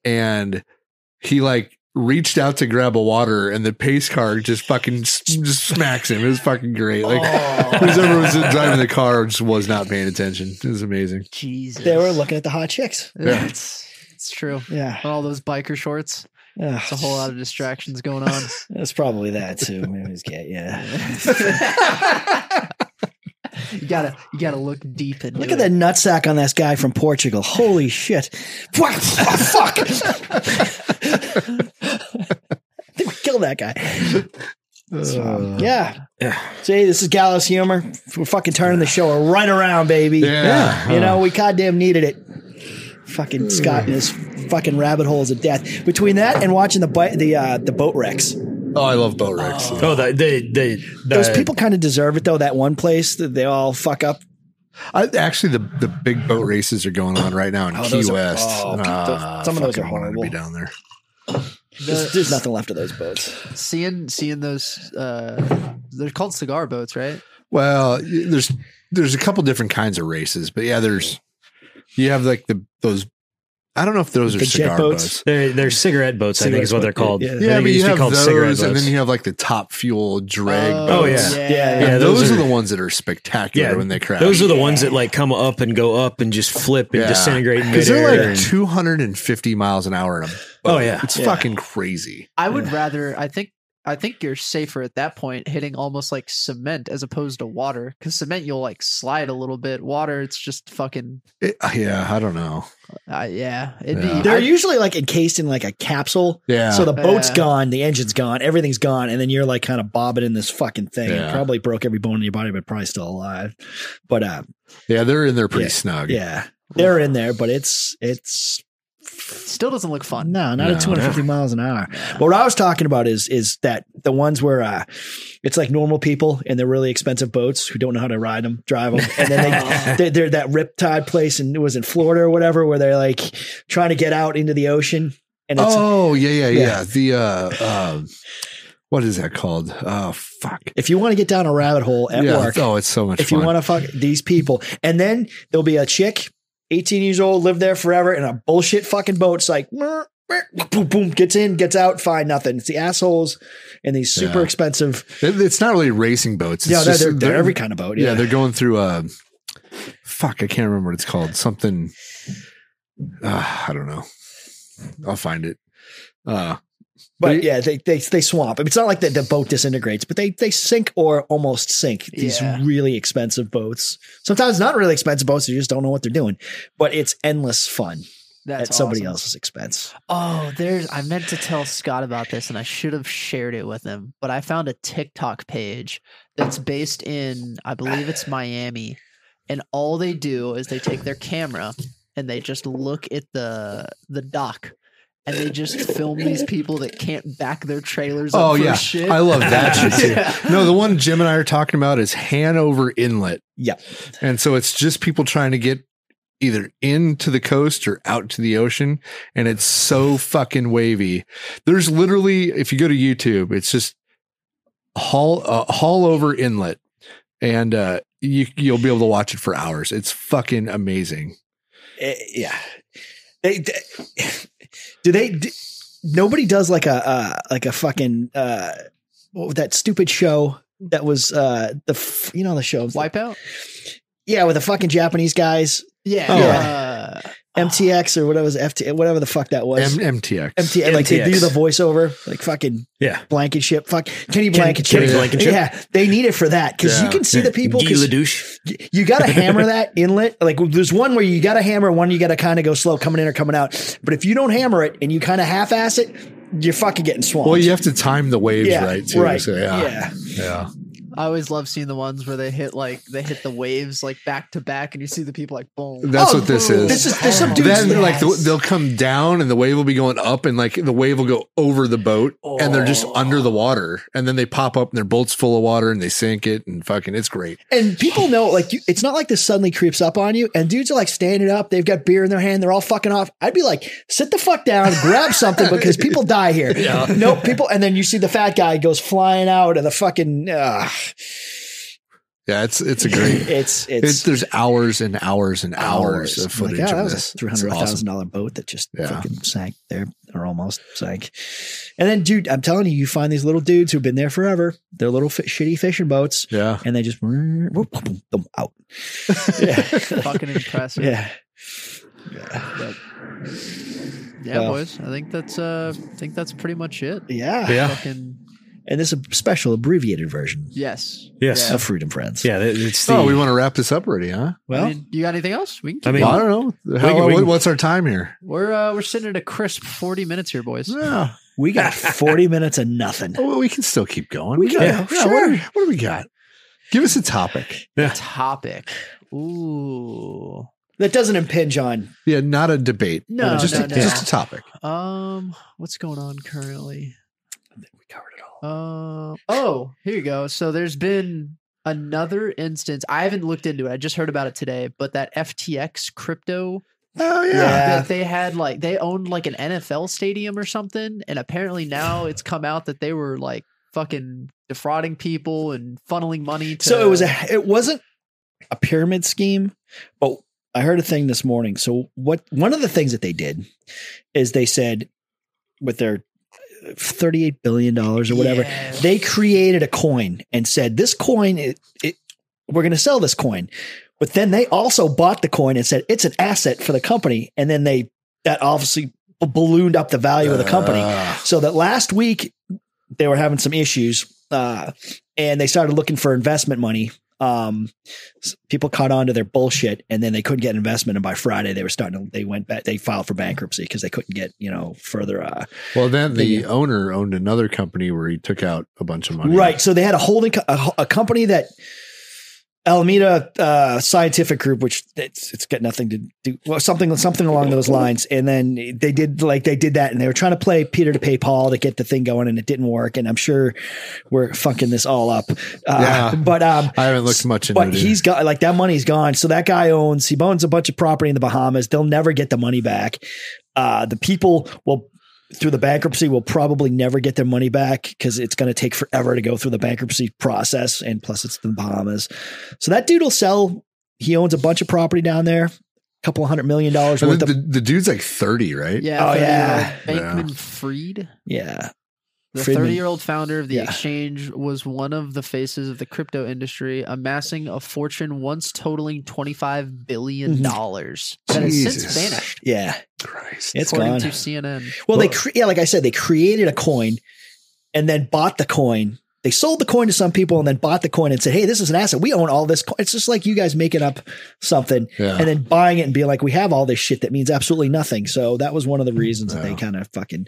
and he like reached out to grab a water, and the pace car just fucking s- just smacks him. It was fucking great. Like.
Oh,
Whoever was driving the car just was not paying attention. It was amazing.
Jesus,
They were looking at the hot chicks.
That's it's true.
Yeah.
And all those biker shorts,
Ugh.
it's a whole lot of distractions going on.
It's probably that too. Maybe it's gay. Yeah.
you gotta you gotta look deep into
Look at
it.
the nutsack on this guy from Portugal. Holy shit. Fuck. Oh, fuck. I think we killed that guy.
Uh,
Yeah.
Yeah.
See, this is Gallows humor. We're fucking turning the show right around, baby.
Yeah.
You know, we goddamn needed it. Fucking Scott and his fucking rabbit holes of death. Between that and watching the bi- the uh, the boat wrecks,
Oh, I love boat wrecks.
Oh, the, the, the, the
those people kind of deserve it though. That one place that they all fuck up.
I, actually, the, the big boat races are going on right now in Key
those are-
West.
oh,
Ah,
those- some of those
fucking
are
wanted to be
horrible.
down there.
There's, there's nothing left of those boats.
seeing seeing those uh they're called cigar boats, right?
Well, y- there's there's a couple different kinds of races, but yeah, there's you have like the those. I don't know if those are
The jet
cigar
boats?
boats.
They're, they're cigarette boats, I think is what they're called.
Yeah.
Yeah,
I think
but
it
you
used to
have
be called cigarette
those, and
boats.
then you have like the top fuel drag.
Oh,
boats.
yeah.
Yeah,
yeah.
And those,
those
are,
are-
the ones that are spectacular
Yeah,
when they crash.
Those are the ones that like come up and go up and just flip and
Yeah.
disintegrate in
because they're
midair.
like
and-
250 miles an hour in them.
Oh, yeah.
it's
Yeah.
fucking crazy.
I would rather I think I think you're safer at that point hitting almost like cement as opposed to water cuz cement you'll like slide a little bit. Water it's just fucking
It- yeah, I don't know.
uh, yeah, it'd
Yeah.
be
They're
I-
usually like encased in like a capsule.
Yeah.
So the boat's
Yeah.
gone, the engine's gone, everything's gone, and then you're like kind of bobbing in this fucking thing.
Yeah.
Probably broke every bone in your body, but probably still alive. But uh,
yeah, they're in there pretty
Yeah.
snug.
yeah, they're in there, but it's it's
still doesn't look fun.
no, not
No.
at 250 miles an hour. But what I was talking about is is that the ones where uh, it's like normal people and they're really expensive boats who don't know how to ride them, drive them, and then they they're, they're that riptide place and it was in Florida or whatever where they're like trying to get out into the ocean and it's
Oh yeah, yeah, yeah,
Yeah.
The uh, um, what is that called? Oh fuck.
if you want to get down a rabbit hole at
yeah.
work.
Oh, it's so much
if
fun.
you want to fuck these people. And then there'll be a chick, 18 years old, lived there forever in a bullshit fucking boat. It's like, mer, mer, boom, boom, gets in, gets out, find nothing. It's the assholes and these super
Yeah.
expensive.
It- it's not really racing boats. It's
Yeah, they're,
just-
they're, they're every kind of boat.
Yeah,
Yeah.
they're going through a fuck. I can't remember what it's called. Something. Uh, I don't know. I'll find it. Uh,
but yeah, they, they, they swamp. I mean, it's not like the, the boat disintegrates, but they, they sink or almost sink these
Yeah.
really expensive boats. Sometimes not really expensive boats. They just don't know what they're doing, but it's endless fun
That's
at somebody
awesome.
else's expense.
Oh, there's. I meant to tell Scott about this, and I should have shared it with him. But I found a TikTok page that's based in, I believe it's Miami, and all they do is they take their camera and they just look at the the dock, and they just film these people that can't back their trailers. Up
oh
for
yeah,
shit.
I love that shit too.
Yeah.
No, the one Jim and I are talking about is Hanover Inlet.
Yeah.
And so it's just people trying to get either into the coast or out to the ocean. And it's so fucking wavy. There's literally, if you go to YouTube, it's just haul, uh, haul over inlet and, uh, you, you'll be able to watch it for hours. It's fucking amazing.
Eh, yeah. They, they- do they d nobody does like a uh, like a fucking uh what was that stupid show that was uh the f- you know the show
Wipeout?
yeah with the fucking Japanese guys
Yeah. Uh,
Oh.
yeah.
MTX or whatever was FT whatever the fuck that was.
M- MTX.
MT, like they do
MTX.
the voiceover, like fucking
Yeah.
Blankenship, fuck Kenny
Kenny-
Blankenship.
Kenny Blankenship.
Yeah, they need it for that because you can see the people.
Guy
'cause
LaDouche.
you got to hammer that inlet. Like there's one where you got to hammer, one you got to kind of go slow coming in or coming out. But if you don't hammer it and you kind of half-ass it, you're fucking getting swamped.
Well, you have to time the waves right too.
right.
So,
yeah.
yeah, yeah.
I always love seeing the ones where they hit like they hit the waves like back to back, and you see the people like boom.
That's
Oh,
what this is.
This is there's some dudes.
then
that-
like the, they'll come down and the wave will be going up and like the wave will go over the boat and they're just under
Oh.
the water and then they pop up and their boat's full of water and they sink it and fucking it's great.
and people know like you, it's not like this suddenly creeps up on you and dudes are like standing up they've got beer in their hand they're all fucking off i'd be like sit the fuck down grab something because people die here nope people and then you see the fat guy goes flying out and the fucking uh,
Yeah, it's it's a great.
it's
It's,
it's
there's hours and hours and hours, of
I'm like,
footage
"Oh, that
of
was
this.
a
It's
$300000
awesome.
dollar boat that just
Yeah.
fucking sank there or almost sank and then dude i'm telling you you find these little dudes who've been there forever they're little fi- shitty fishing boats
Yeah,
and they just boom, boom, boom, out yeah
Fucking impressive.
yeah
Yeah,
Well.
boys. I think that's uh I think that's pretty much it.
Yeah.
yeah.
Fucking
And this is a special abbreviated version
yes.
Yes.
of Freedom Friends.
Yeah, that- it's the.
Oh, we want to wrap this up already, huh?
Well,
Well,
you got anything else? We can keep
I mean-
Well, I don't know.
We
How,
can- we
what-
can-
what's our time here?
We're uh, we're sitting at a crisp forty minutes here, boys.
Yeah,
we got 40 minutes of nothing.
Oh, well, we can still keep going.
We
got-
can,
yeah,
sure.
what, do we, what do we got? Give us a topic.
Topic. Ooh.
That doesn't impinge on.
Yeah, not a debate.
No,
just
no,
a,
no.
just a topic.
Um, what's going on currently?
We covered it all.
Uh, oh, here you go. So there's been another instance. I haven't looked into it. I just heard about it today. But that FTX crypto
Oh
Yeah.
that they had like they owned like an NFL stadium or something, and apparently now it's come out that they were like fucking defrauding people and funneling money. To,
So it was a, it wasn't a pyramid scheme, but I heard a thing this morning. So what, one of the things that they did is they said with their $38 billion or whatever,
Yeah.
they created a coin and said this coin it, it, we're going to sell this coin but then they also bought the coin and said it's an asset for the company and then they that obviously ballooned up the value of the company
Uh,
so that last week they were having some issues uh, and they started looking for investment money um s- people caught on to their bullshit and then they couldn't get investment and by friday they were starting to they went back they filed for bankruptcy because they couldn't get you know further uh
well, then the
Yeah.
owner owned another company where he took out a bunch of money.
Right. So they had a holding, co- a, ho- a company that Alameda uh, Scientific Group, which it's, it's got nothing to do, well, something something along those lines. And then they did like they did that, and they were trying to play Peter to pay Paul to get the thing going, and it didn't work. And I'm sure we're fucking this all up. Uh,
Yeah.
But um,
I haven't looked much into
but
it.
he's got like that money's gone. So that guy owns he owns a bunch of property in the Bahamas. They'll never get the money back. Uh, the people will through the bankruptcy will probably never get their money back because it's going to take forever to go through the bankruptcy process, and plus it's the Bahamas. So that dude will sell. He owns a bunch of property down there, a couple hundred million dollars
And
worth
the,
of
the, the dude's like 30, right?
yeah.
Oh,
30-year-old
yeah.
Bankman Freed.
yeah.
The
Friedman.
30 year old founder of the
Yeah.
exchange was one of the faces of the crypto industry, amassing a fortune once totaling $25
Mm-hmm.
billion dollars that has
Jesus.
since vanished,
Yeah,
Christ.
it's
according
gone.
to CNN.
Well, they cre- yeah, like I said, they created a coin and then bought the coin. They sold the coin to some people and then bought the coin and said, "Hey, this is an asset. We own all this." Co-. It's just like you guys making up something
Yeah.
and then buying it and being like, "We have all this shit that means absolutely nothing." So that was one of the reasons that they
Yeah.
kind of fucking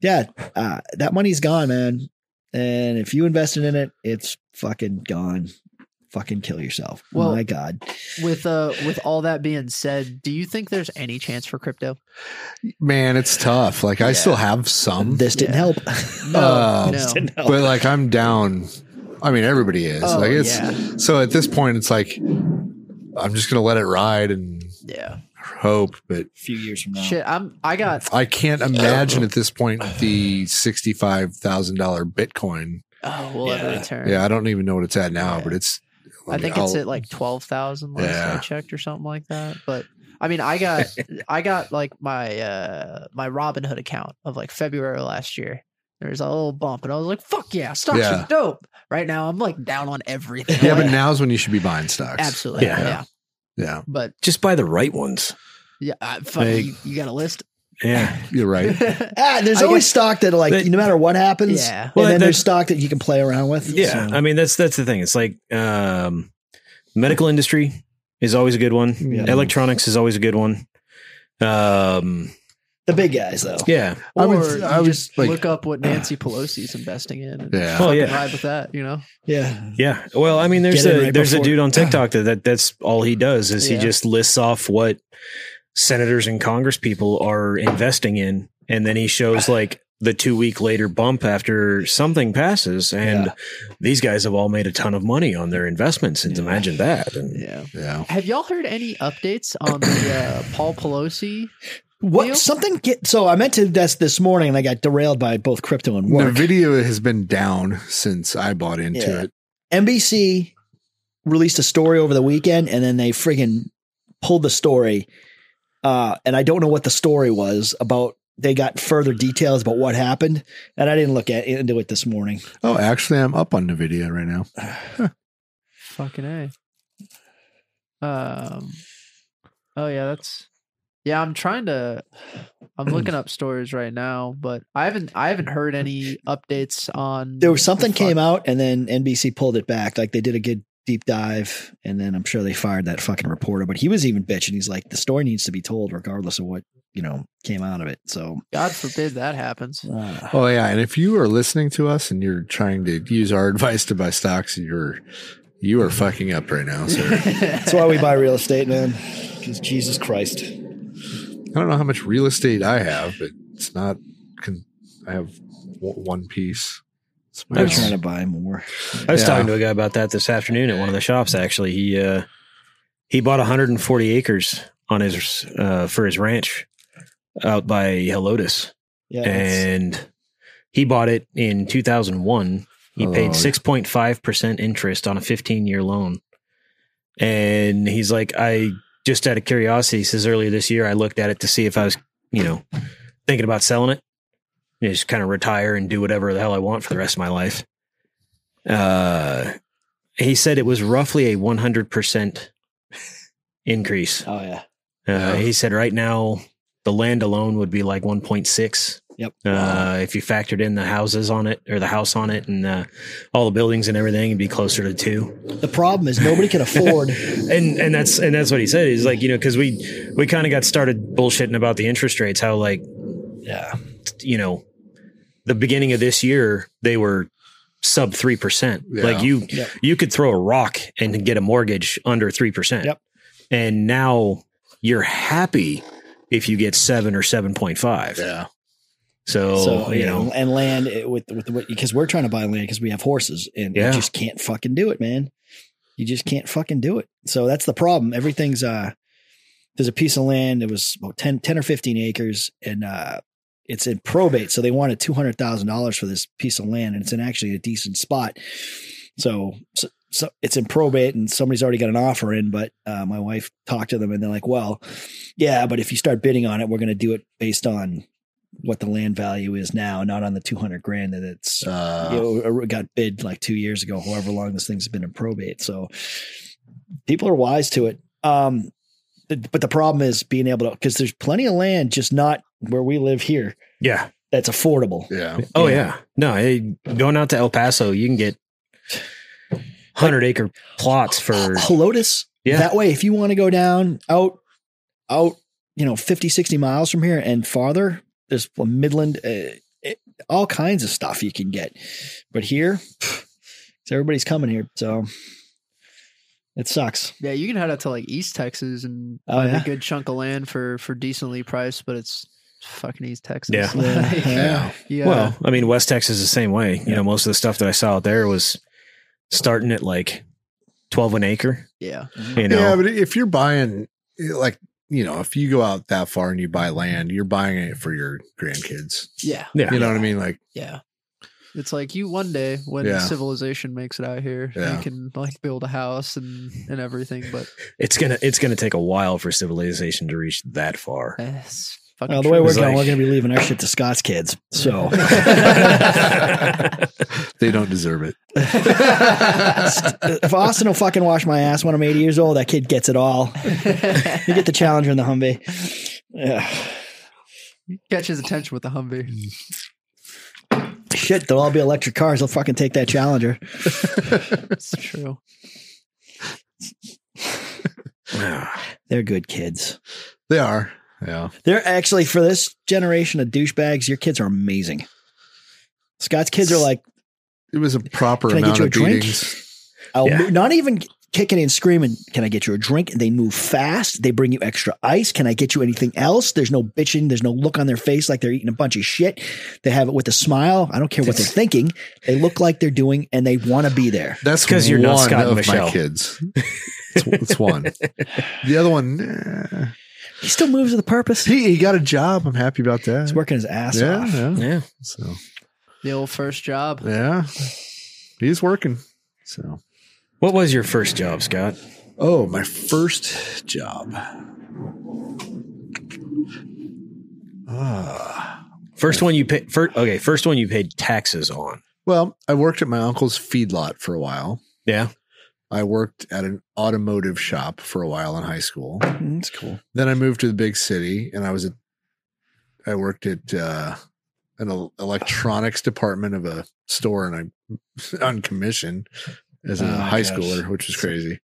yeah, uh, that money's gone, man. And if you invested in it, it's fucking gone. Fucking kill yourself.
Well-
My God,
With uh, with all that being said, do you think there's any chance for crypto?
Man, it's tough. Like, I still have some,
this didn't
yeah.
help.
No,
Oh,
Uh,
no.
Didn't help.
but like, I'm down. I mean, everybody is.
Oh,
like, it's
yeah.
so at this point, it's like, I'm just going to let it ride and
Yeah,
hope. But
a few years from now,
shit. I'm. I got.
I can't imagine
Oh.
at this point the $65,000 Bitcoin.
Oh, we'll
Yeah.
ever return.
Yeah. I don't even know what it's at now,
Yeah.
but it's,
I think
mean,
it's
I'll-
at like twelve thousand last I
Yeah.
checked or something like that. But I mean, I got I got like my uh my Robinhood account of like February last year. There's a little bump, and I was like, "Fuck yeah, stocks
Yeah.
are dope." Right now, I'm like down on everything.
Yeah, but
Like,
now's when you should be buying stocks.
absolutely,
Yeah.
yeah.
Yeah,
But
Just buy the right ones.
yeah, I, fuck,
Like-
you, you got a list.
Yeah.
you're right.
Ah, there's
I
always
guess-
stock that like
But-
no matter what happens,
Yeah.
Well,
and then
that-
there's stock that you can play around with.
Yeah.
So-
I mean, that's that's the thing. It's like um, medical industry is always a good one.
Yeah.
Electronics is always a good one. Um,
the big guys though.
yeah.
I
or
would-
you
I would,
just
like-
look up what Nancy Pelosi's investing in. And
Yeah.
Oh, yeah.
fucking ride with that. You know,
Yeah.
Yeah. Well, I mean, there's
Get in
a
right
there's a
before-
dude on TikTok that, that that's all he does is
Yeah.
he just lists off what senators and Congress people are investing in, and then he shows like the two week later bump after something passes, and
Yeah.
these guys have all made a ton of money on their investments. And
Yeah.
imagine that. And
yeah.
Yeah,
Have y'all heard any updates on the uh, Paul Pelosi?
What
Neil?
something get so I meant to that's this morning and I got derailed by both crypto and
the
work.
video has been down since I bought into
Yeah.
it.
NBC released a story over the weekend and then they friggin' pulled the story. Uh, and I don't know what the story was about. They got further details about what happened, and I didn't look at into it this morning.
Oh, actually, I'm up on Nvidia right now.
Fucking a. Um. Oh yeah, that's. Yeah, I'm trying to. I'm looking up stories right now, but I haven't. I haven't heard any updates on.
There was something
the fuck-
came out, and then NBC pulled it back. Like they did a good deep dive, and then I'm sure they fired that fucking reporter. But he was even bitching. He's like, the story needs to be told, regardless of what you know came out of it. So
God forbid that happens.
uh,
Oh yeah, and if you are listening to us and you're trying to use our advice to buy stocks, you're you are fucking up right now. So I
that's why we buy real estate, man. 'Cause Jesus Christ.
don't know how much real estate I have, but it's not. Can, I have w- one piece. It's my
I'm
That's-
trying to buy more.
I was
Yeah.
talking to a guy about that this afternoon at one of the shops. Actually, he uh, he bought 140 acres on his uh, for his ranch out by Helotus.
Yeah. it's-
and he bought it in 2001 he
Oh, yeah.
paid 6.5% interest on a 15 year loan and he's like i just out of curiosity he says earlier this year i looked at it to see if i was you know thinking about selling it you know, just kind of retire and do whatever the hell i want for the rest of my life uh he said it was roughly a 100% increase
oh yeah.
uh,
Yeah.
He said right now the land alone would be like 1.6.
Yep.
Uh, If you factored in the houses on it or the house on it and uh, all the buildings and everything, it'd be closer to two.
The problem is nobody can afford.
And and that's and that's what he said. He's like you know because we we kind of got started bullshitting about the interest rates. How like
yeah.
you know the beginning of this year they were sub three percent.
Yeah.
Like you
Yep.
you could throw a rock and get a mortgage under three percent.
Yep.
And now you're happy if you get seven or seven point five.
yeah.
So,
so
you know,
and land it with with because we're trying to buy land because we have horses and
Yeah.
you just can't fucking do it, man. You just can't fucking do it. So that's the problem. Everything's uh there's a piece of land that was about 10, 10 or 15 acres and uh it's in probate. So they wanted $200,000 for this piece of land and it's in actually a decent spot. So, so, so it's in probate and somebody's already got an offer in, but uh, my wife talked to them and they're like, well, yeah, but if you start bidding on it, we're going to do it based on what the land value is now, not on the 200 grand that it's you
Uh,
know, or got bid like two years ago, however long this thing's been in probate. So people are wise to it. Um, but but the problem is being able to, because there's plenty of land, just not where we live here,
yeah.
that's affordable.
yeah.
Oh, yeah. No, hey, going out to El Paso, you can get 100 acre plots for,
Helotus,
Yeah.
that way, if you want to go down out, out, you know, 50, 60 miles from here and farther, there's Midland, uh, it, all kinds of stuff you can get. But here, 'cause everybody's coming here. So it sucks.
Yeah, you can head out to like East Texas and
Oh,
buy
yeah.
a good chunk of land for for decently priced, but it's fucking East Texas.
Yeah.
Like,
Yeah.
yeah.
well, I mean, West Texas is the same way. You
Yeah.
know, most of the stuff that I saw out there was starting at like 12 an acre,
yeah.
you know.
Yeah, but if you're buying like you know, if you go out that far and you buy land, you're buying it for your grandkids.
Yeah.
yeah.
You know what I mean? Like
Yeah. It's like you one day when
Yeah.
civilization makes it out here,
Yeah.
you can like build a house and and everything, but
It's going to it's going to take a while for civilization to reach that far.
eh, it's fucking
Well, the way we're
It's
going,
like-
we're going to be leaving our shit to Scott's kids. So
They don't deserve it.
if Austin will fucking wash my ass when I'm 80 years old, that kid gets it all. you get the Challenger and the Humvee. Yeah.
Catch his attention with the Humvee.
Shit, they'll all be electric cars. They'll fucking take that Challenger.
It's true.
They're good kids.
They are. Yeah.
They're actually for this generation of douchebags. Your kids are amazing. Scott's kids are like
It was a proper
Can I get
amount
you a
of
drink?
beatings.
I'll
Yeah.
mo- not even kicking and screaming. Can I get you a drink? They move fast. They bring you extra ice. Can I get you anything else? There's no bitching. There's no look on their face like they're eating a bunch of shit. They have it with a smile. I don't care what they're thinking. They look like they're doing and they want to be there.
That's
'cause you're
one
not Scott and
of my
Michelle.
kids. It's, it's one. The other one, eh.
He still moves with a purpose.
he, he got a job. I'm happy about that.
He's working his ass
yeah,
off.
yeah.
Yeah.
So
The old first job.
yeah, he's working. So
What was your first job, Scott?
oh, my first job. Ah.
First one you paid. First, okay, first one you paid taxes on.
Well, I worked at my uncle's feedlot for a while.
Yeah.
I worked at an automotive shop for a while in high school.
Mm, That's cool.
Then I moved to the big city, and I was at I worked at uh, an el- electronics department of a store, and I on commission as a
Oh,
high
gosh.
schooler, which was crazy.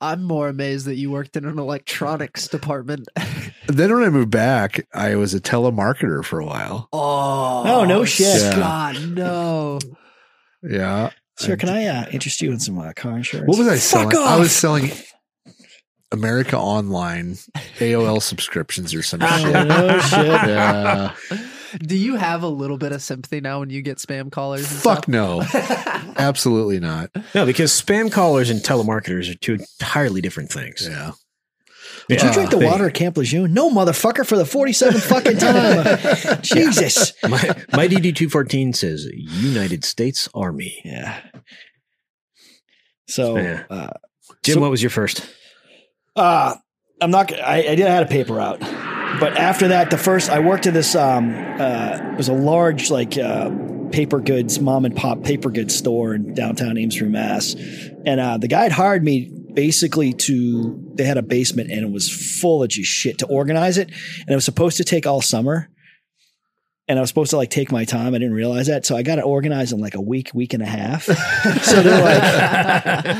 I'm more amazed that you worked in an electronics department.
Then when I moved back, I was a telemarketer for a while.
Oh,
Oh, no shit.
Yeah.
God, no.
Yeah.
Sir, can I uh, interest you in some uh, car insurance?
What was I
Fuck
selling? I
off!
was selling America Online AOL subscriptions or some shit.
Oh, shit.
Yeah.
Do you have a little bit of sympathy now when you get spam callers? and
Fuck no.
stuff?
Absolutely not.
No, because spam callers and telemarketers are two entirely different things.
Yeah.
Did you drink the
They-
water at Camp Lejeune? No, motherfucker, for the 47th fucking time. Jesus.
My, my DD two fourteen says United States Army.
Yeah. So,
Yeah.
uh,
Jim,
So-
what was your first?
uh, I'm not. gonna- I, I did. I had a paper route, but after that, the first I worked at this. Um, uh, it was a large like uh, paper goods mom and pop paper goods store in downtown Amesbury, Mass. And uh, the guy had hired me basically to. They had a basement and it was full of just shit to organize it, and it was supposed to take all summer. And I was supposed to like take my time. I didn't realize that, so I got it organized in like a week, week and a half. so they're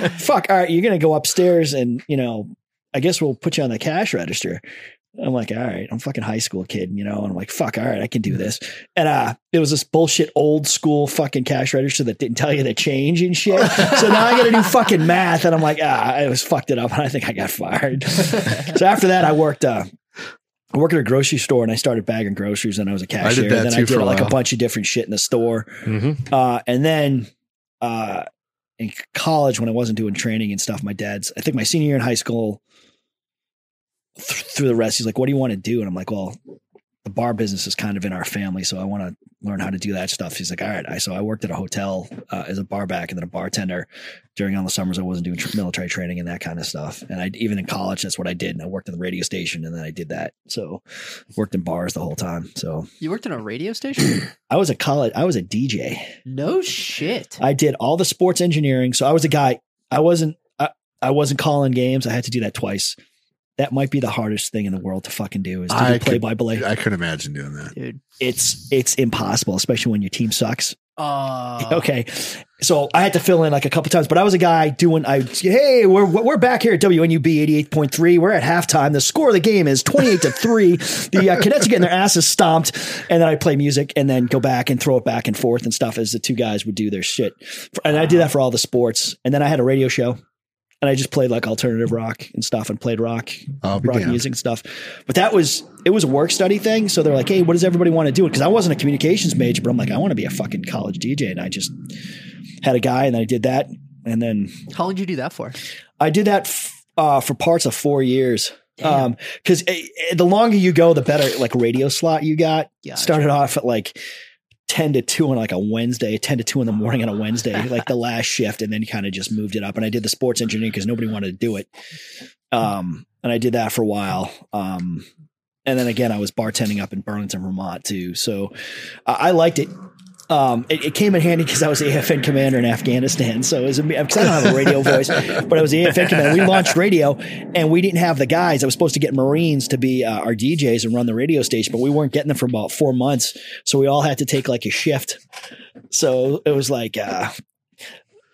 like, "Fuck! All right, you're gonna go upstairs and you know I guess we'll put you on the cash register. I'm like, all right, I'm a fucking high school kid, you know, and I'm like, fuck, all right, I can do this. And uh, it was this bullshit old school fucking cash register that didn't tell you the change and shit. so now I got to do fucking math, and I'm like, ah, I was fucked it up, and I think I got fired. so after that, I worked. Uh, I worked at a grocery store and I started bagging groceries and I was a cashier.
that
and then I
too
did
for a
like a
while.
bunch of different shit in the store.
Mm-hmm.
Uh, and then uh, in college, when I wasn't doing training and stuff, my dad's, I think my senior year in high school, th- through the rest, he's like, What do you want to do? And I'm like, Well, the bar business is kind of in our family. So I want to learn how to do that stuff. He's like, All right. I, so I worked at a hotel uh, as a bar back and then a bartender during all the summers. I wasn't doing tr- military training and that kind of stuff. And I, even in college, that's what I did. And I worked at the radio station and then I did that. So worked in bars the whole time. So
you worked in a radio station?
I was a college, I was a DJ.
no shit.
I did all the sports engineering. So I was a guy. I wasn't. I, I wasn't calling games. I had to do that twice. That might be the hardest thing in the world to fucking do is to
I
do play
could-
by play.
I couldn't imagine doing that.
Dude.
It's it's impossible, especially when your team sucks.
Uh,
Okay, so I had to fill in like a couple times, but I was a guy doing. I hey, we're we're back here at WNUB eighty eight point three. We're at halftime. The score of the game is twenty eight to three. The uh, cadets are getting their asses stomped, and then I play music and then go back and throw it back and forth and stuff as the two guys would do their shit. And I did that for all the sports, and then I had a radio show. And I just played like alternative rock and stuff and played rock
I'll be
rock
damned.
music and stuff. But that was it was a work study thing. So they're like, hey, what does everybody want to do? Because I wasn't a communications major, but I'm like, I want to be a fucking college DJ, and I just had a guy, and I did that, and then
How long did you do that for?
I did that f- uh, for parts of four years. Um, because the longer you go, the better like radio slot you got.
Yeah.
Started off at like. 10 to 2 on like a Wednesday, 10 to 2 in the morning on a Wednesday, like the last shift. And then kind of just moved it up. And I did the sports engineering because nobody wanted to do it. Um, and I did that for a while. Um, and then again, I was bartending up in Burlington, Vermont too. So I I liked it. Um, it, it came in handy because I was the AFN commander in Afghanistan. So it was because I don't have a radio voice, but I was the AFN commander. We launched radio, and we didn't have the guys. I was supposed to get Marines to be uh, our DJs and run the radio station, but we weren't getting them for about four months. So we all had to take like a shift. So it was like. Uh,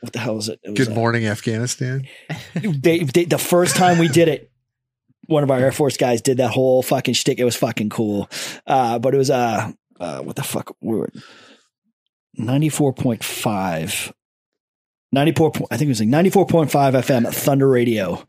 what the hell was it? It was,
Good
uh,
morning, Afghanistan.
they, they the first time we did it, one of our Air Force guys did that whole fucking shtick. It was fucking cool. Uh, but it was uh, uh what the fuck we were ninety four point five. 94 po- I think it was like 94.5 FM at Thunder Radio,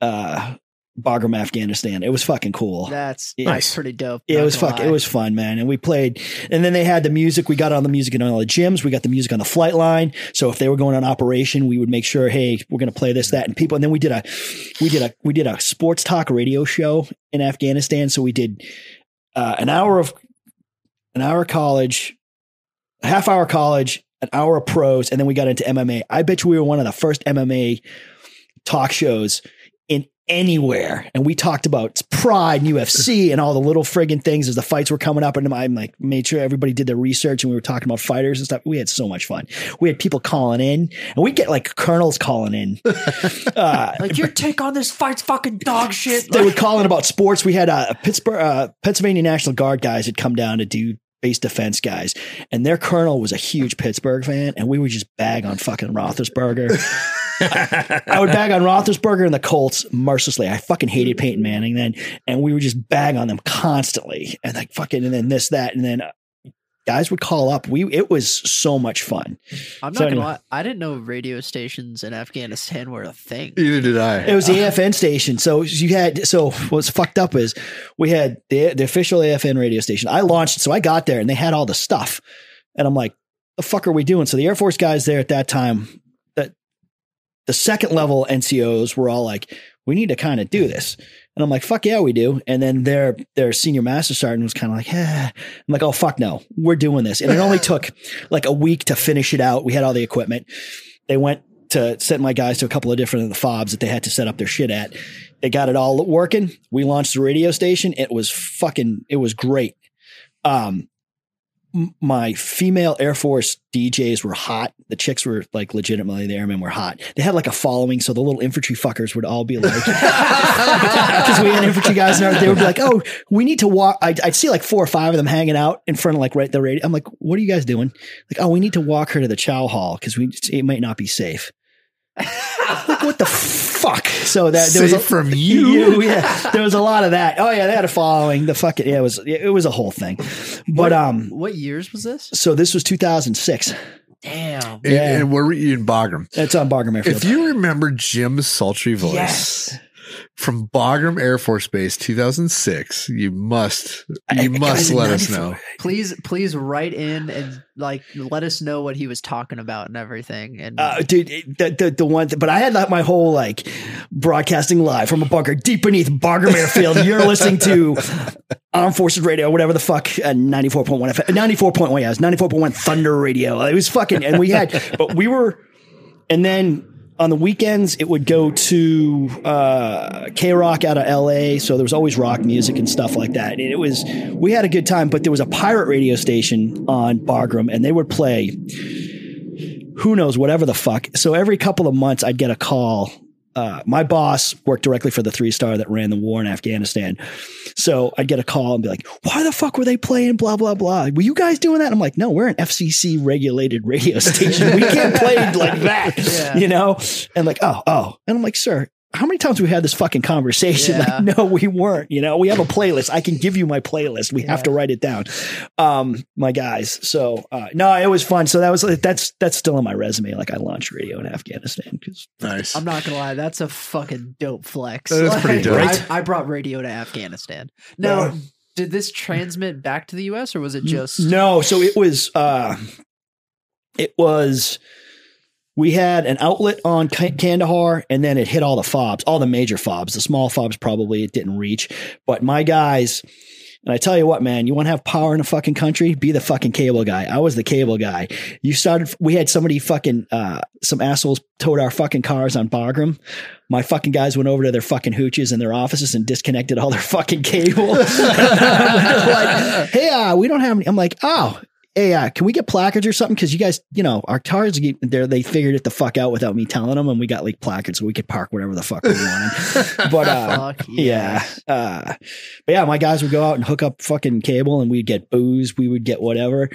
uh, Bagram, Afghanistan. It was fucking cool.
That's
Yeah.
Nice.
nice. pretty dope.
It
not
was
gonna
fuck.
lie.
It was fun, man. And we played, and then they had the music. We got on the music in all the gyms. We got the music on the flight line. So if they were going on operation, we would make sure, hey, we're going to play this, that, and people. And then we did a, we did a, we did a sports talk radio show in Afghanistan. So we did uh, an hour of, an hour of college, a half hour college, an hour of pros, and then we got into MMA. I bet you we were one of the first MMA talk shows in anywhere. And we talked about pride and UFC and all the little friggin' things as the fights were coming up. And I'm like, made sure everybody did their research and we were talking about fighters and stuff. We had so much fun. We had people calling in and we get like colonels calling in. uh,
like your take on this fight's fucking dog shit.
they were calling about sports. We had uh, Pittsburgh, uh, Pennsylvania National Guard guys had come down to do base defense guys, and their colonel was a huge Pittsburgh fan, and we would just bag on fucking Roethlisberger. I would bag on Roethlisberger and the Colts mercilessly. I fucking hated Peyton Manning then, and we would just bag on them constantly, and like fucking, and then this, that, and then. uh, Guys would call up. We it was so much fun.
I'm not
So
gonna
anyway.
lie. I didn't know radio stations in Afghanistan were a thing.
Neither did I.
It was the AFN station. So you had so what's fucked up is we had the the official AFN radio station. I launched it, so I got there and they had all the stuff, and I'm like, the fuck are we doing? So the Air Force guys there at that time, that the second level NCOs were all like, we need to kind of do this, and I'm like, fuck yeah, we do. And then their their senior master sergeant was kind of like, eh. I'm like, oh fuck no, we're doing this, and it only took like a week to finish it out. We had all the equipment. They went to send my guys to a couple of different of the fobs that they had to set up their shit at. They got it all working. We launched the radio station. It was fucking, it was great. Um, m- my female Air Force DJs were hot. The chicks were like legitimately the airmen were hot. They had like a following, so the little infantry fuckers would all be like, because we had infantry guys in our, they would be like, oh, we need to walk. I'd, I'd see like four or five of them hanging out in front of like right the radio. I'm like, what are you guys doing? Like, oh, we need to walk her to the chow hall because we it might not be safe. like, what the fuck? So that there was
Safe
a,
from you.
yeah, there was a lot of that. Oh yeah, they had a following. The fucking yeah, it was it was a whole thing. But um,
What years was this?
so this was 2006.
Damn.
And,
Yeah.
and we're in Bagram.
That's on Bargain Airfield.
If you remember Jim's sultry voice from Bagram Air Force Base 2006, you must
I- I
you must
was
let us
94.
know.
Please, please write in and like let us know what he was talking about and everything. And
Uh, dude, it- the, the the one, but I had like my whole like broadcasting live from a bunker deep beneath Bargram Airfield. You're listening to Armed Forces Radio, whatever the fuck, uh, ninety four point one, ninety four point one, yeah, it was ninety four point one Thunder Radio. It was fucking, and we had, but we were, and then on the weekends it would go to uh, K Rock out of L.A. So there was always rock music and stuff like that. And it was we had a good time, but there was a pirate radio station on Bargram, and they would play who knows, whatever the fuck. So every couple of months, I'd get a call. Uh, my boss worked directly for the three star that ran the war in Afghanistan. So I'd get a call and be like, why the fuck were they playing blah, blah, blah? Were you guys doing that? I'm like, no, we're an FCC regulated radio station. We can't play like that,
Yeah.
you know? And like, oh, oh. And I'm like, sir, how many times we had this fucking conversation?
Yeah.
Like, no, we weren't. You know, we have a playlist. I can give you my playlist. We have
Yeah.
to write it down. Um, my guys. So uh, no, it was fun. So that was that's that's still on my resume. Like I launched radio in Afghanistan because
Nice.
I'm not gonna lie, that's a fucking dope flex.
That is pretty
Like,
dope.
I, I brought radio to Afghanistan. Now, did this transmit back to the U.S. or was it just
no. So it was uh, it was. We had an outlet on Ka- Kandahar, and then it hit all the fobs, all the major fobs. The small fobs probably it didn't reach, but my guys And I tell you what, man, you want to have power in a fucking country? Be the fucking cable guy. I was the cable guy. You started, we had somebody fucking, uh, some assholes towed our fucking cars on Bagram. My fucking guys went over to their fucking hooches and their offices and disconnected all their fucking cable. They're like, hey, uh, we don't have any. I'm like, oh, hey, uh, can we get placards or something? Cause you guys, you know, our cars, get- they're, they figured it the fuck out without me telling them. And we got like placards so we could park wherever the fuck we wanted. But, uh,
Ah, Fuck
yeah. Uh, but yeah, my guys would go out and hook up fucking cable and we'd get booze. We would get whatever.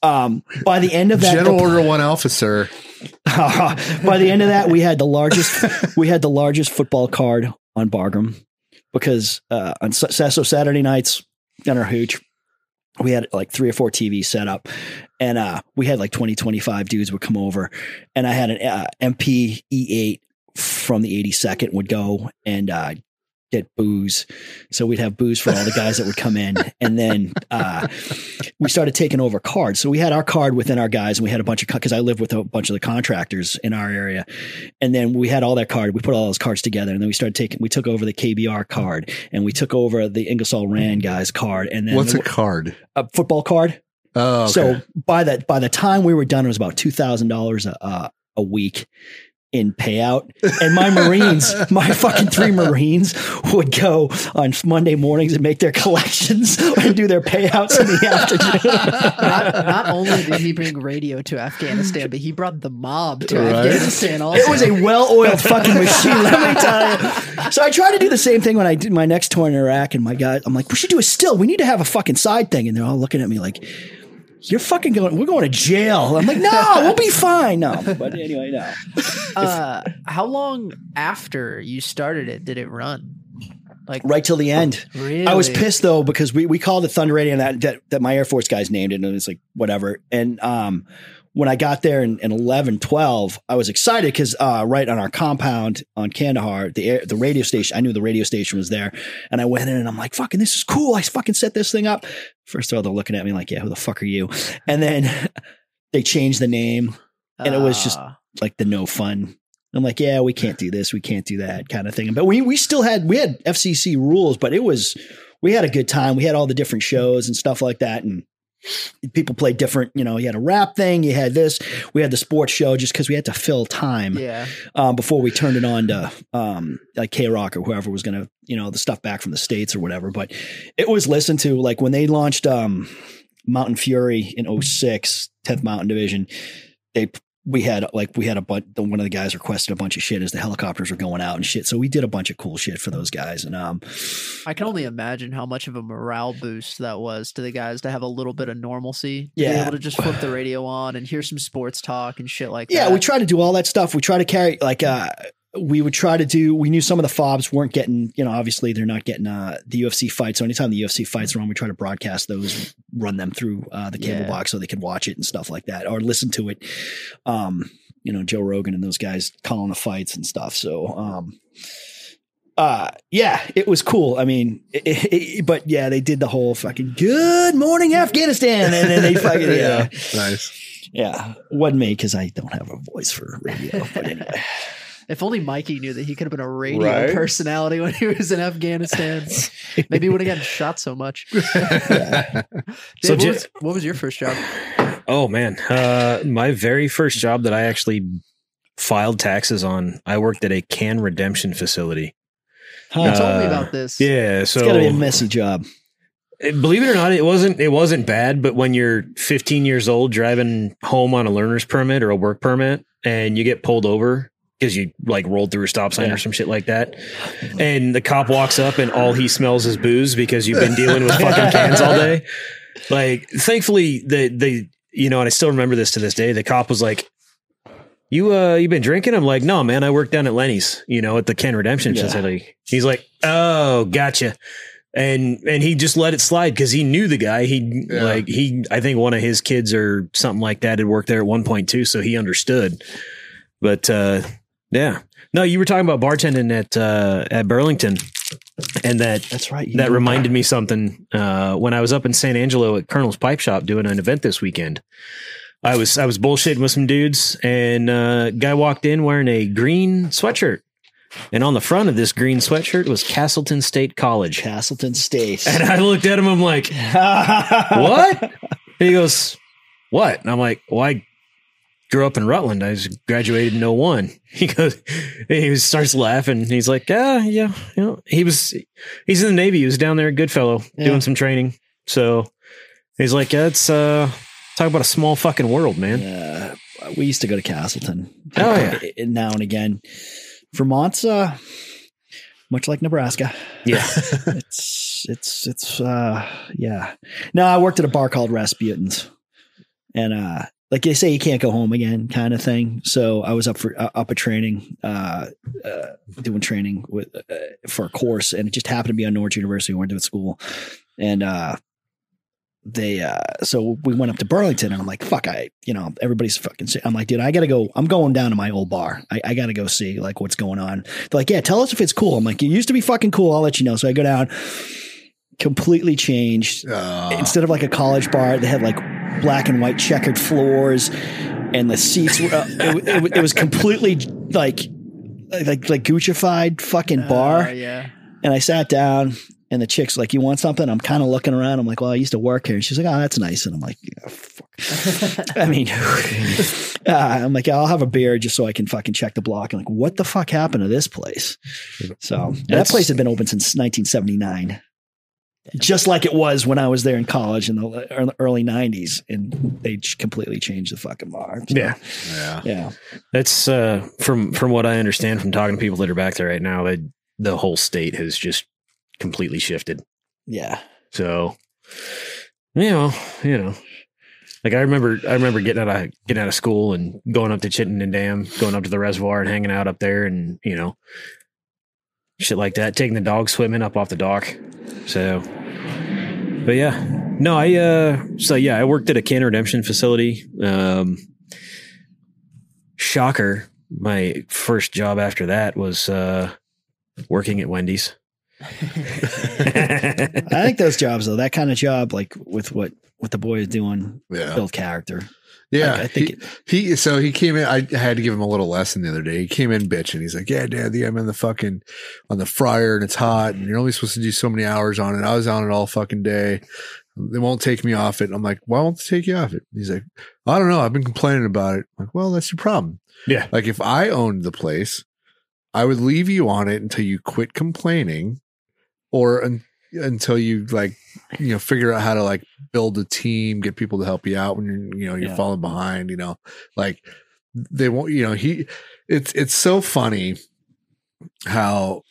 Um, by the end of that,
General Order One Alpha, sir.
by the end of that, we had the largest, we had the largest football card on Bargram because, uh, on Sa- Sa- so Saturday nights on our hooch, we had like three or four TVs set up and, uh, we had like 20, 25 dudes would come over and I had an uh, MP E8 from the 82nd would go and, uh, get booze. So we'd have booze for all the guys that would come in. And then, uh, we started taking over cards. So we had our card within our guys, and we had a bunch of because I live with a bunch of the contractors in our area, and then we had all their card. We put all those cards together, and then we started taking. We took over the KBR card, and we took over the Ingersoll Rand guys card, and then
What's a
the,
card?
a, football card.
Oh, okay.
So by that by the time we were done, it was about two thousand dollars a a week in payout. And my Marines, my fucking three Marines, would go on Monday mornings and make their collections and do their payouts in the afternoon.
not, not only did he bring radio to Afghanistan, but he brought the mob to
Right.
Afghanistan. Also,
It was a well-oiled fucking machine. Let me tell you. So I try to do the same thing when I did my next tour in Iraq, and my guy, I'm like, we should do a still. We need to have a fucking side thing, and they're all looking at me like, you're fucking going. We're going to jail. I'm like, no, we'll be fine. No, but anyway, no.
Uh, how long after you started it did it run? Like
Right till the end.
Really?
I was pissed though because we we called it Thunder Radio and that, that that my Air Force guys named it and it's like whatever. And um when I got there in, in 11, 12, I was excited because uh, right on our compound on Kandahar, the air, the radio station, I knew the radio station was there. And I went in and I'm like, fucking, this is cool. I fucking set this thing up. First of all, they're looking at me like, yeah, who the fuck are you? And then they changed the name, and it was just-
Ah,
like the no fun. I'm like, yeah, we can't do this. We can't do that kind of thing. But we, we still had, we had FCC rules, but it was, we had a good time. We had all the different shows and stuff like that. And people played different, you know, you had a rap thing, you had this, we had the sports show just because we had to fill time
yeah.
um, before we turned it on to um, like K Rock or whoever was going to, you know, the stuff back from the States or whatever. But it was listened to like when they launched um, Mountain Fury in 06, 10th Mountain Division, they. We had like we had a bunch. The, one of the guys requested a bunch of shit as the helicopters were going out and shit. So we did a bunch of cool shit for those guys. And um,
I can only imagine how much of a morale boost that was to the guys to have a little bit of normalcy. To be
Yeah.
able to just flip the radio on and hear some sports talk and shit like
yeah,
that.
we try to do all that stuff. We try to carry like uh we would try to do we knew some of the fobs weren't getting, you know, obviously they're not getting uh the UFC fights. So anytime the UFC fights are on, we try to broadcast those, run them through uh the cable
Yeah.
box so they could watch it and stuff like that or listen to it. Um, you know, Joe Rogan and those guys calling the fights and stuff. So um uh yeah, it was cool. I mean, it, it, it- but yeah, they did the whole fucking good morning Afghanistan and then they fucking yeah.
nice.
Yeah, wasn't me because I don't have a voice for radio. But anyway,
If only Mikey knew that he could have been a radio
Right?
personality when he was in Afghanistan. Maybe he would have gotten shot so much. Dave,
So
what,
ju-
was, what was your first job?
Oh man, uh, my very first job that I actually filed taxes on, I worked at a can redemption facility.
Huh,
You
Uh,
told Oh, me about this.
Yeah, so
it's got to be a messy job.
It- believe it or not, it wasn't it wasn't bad. But when you're 15 years old, driving home on a learner's permit or a work permit, and you get pulled over because you like rolled through a stop sign
Yeah.
or some shit like that, and the cop walks up and all he smells is booze because you've been dealing with fucking cans all day. Like, thankfully, the the you know, and I still remember this to this day. The cop was like. You uh you been drinking? I'm like, no, man. I work down at Lenny's, you know, at the Ken Redemption
Yeah.
facility. He's like, oh, gotcha and and he just let it slide because he knew the guy. He
Yeah.
like he I think one of his kids or something like that had worked there at one point too, so he understood. But uh, yeah, no, you were talking about bartending at uh, at Burlington, and that
That's right.
that reminded me something uh, when I was up in San Angelo at Colonel's Pipe Shop doing an event this weekend. I was I was bullshitting with some dudes, and uh, guy walked in wearing a green sweatshirt. And on the front of this green sweatshirt was Castleton State College.
Castleton State.
And I looked at him, I'm like, what? he goes, what? And I'm like, well, I grew up in Rutland. I was graduated in 01. He goes, he was- starts laughing. He's like, ah, yeah, you know, he was, he's in the Navy. He was down there at Goodfellow
Yeah.
doing some training. So he's like, yeah, it's, uh, talk about a small fucking world, man.
Uh, we used to go to Castleton.
Oh, yeah.
And Now and again. Vermont's uh, much like Nebraska.
Yeah.
it's it's it's uh yeah. No, I worked at a bar called Rasputin's, and uh, like they say, you can't go home again, kind of thing. So I was up for uh, up a training, uh, uh, doing training with uh, for a course, and it just happened to be on Norwich University. We went to its school, and uh, they uh, so we went up to Burlington, and I'm like, fuck, I you know everybody's fucking. sick. I'm like, dude, I gotta go. I'm going down to my old bar. I, I gotta go see like what's going on. They're like, yeah, tell us if it's cool. I'm like, it used to be fucking cool. I'll let you know. So I go down, completely changed.
Uh,
Instead of like a college bar, they had like black and white checkered floors, and the seats were. Uh, it, it, it was completely like like like Guccified fucking bar.
Uh, yeah.
And I sat down, and the chick's like, "You want something?" I'm kind of looking around. I'm like, "Well, I used to work here." And she's like, "Oh, that's nice." And I'm like, yeah, fuck. "I mean, uh, I'm like, I'll have a beer just so I can fucking check the block." And like, what the fuck happened to this place? So and that
That's-
place had been open since 1979. Just like it was when I was there in college in the le- ear- early '90s, and they ch- completely changed the fucking bar. So,
Yeah.
yeah.
yeah.
That's uh, from from what I understand from talking to people that are back there right now. That the whole state has just completely shifted.
Yeah.
So, you know, you know, like I remember, I remember getting out of getting out of school and going up to Chittenden Dam, going up to the reservoir and hanging out up there, and you know, shit like that. Taking the dog swimming up off the dock. So, but yeah, no, I uh, so yeah, I worked at a can redemption facility. Um, shocker, my first job after that was uh, working at Wendy's.
I think those jobs though, that kind of job, like with what what the boy is doing,
Yeah.
build character.
Yeah.
I, I think
he,
it,
he, so he came in. I had to give him a little lesson the other day. He came in bitch and he's like, Yeah, dad, yeah, I'm in the fucking on the fryer and it's hot and you're only supposed to do so many hours on it. I was on it all fucking day. They won't take me off it. And I'm like, Why won't they take you off it? He's like, I don't know. I've been complaining about it. I'm like, well, that's your problem.
Yeah.
Like if I owned the place, I would leave you on it until you quit complaining or un- until you like you know figure out how to like build a team get people to help you out when you're you know you're
Yeah.
falling behind you know like they won't you know he it's it's so funny how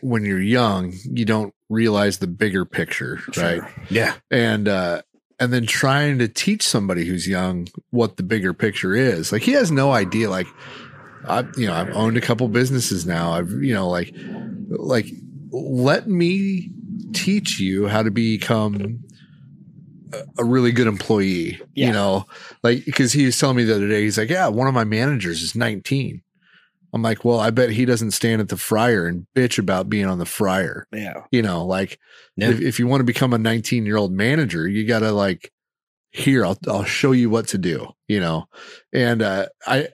when you're young you don't realize the bigger picture right
yeah.
and uh and then trying to teach somebody who's young what the bigger picture is like he has no idea like i you know i've owned a couple businesses now i've you know like like let me teach you how to become a- a really good employee
Yeah.
you know like because he was telling me the other day he's like yeah one of my managers is 19 i'm like well i bet he doesn't stand at the fryer and bitch about being on the fryer
yeah.
you know like
Yeah.
if, if you want to become a 19 year old manager you gotta like here I'll, I'll show you what to do you know and uh i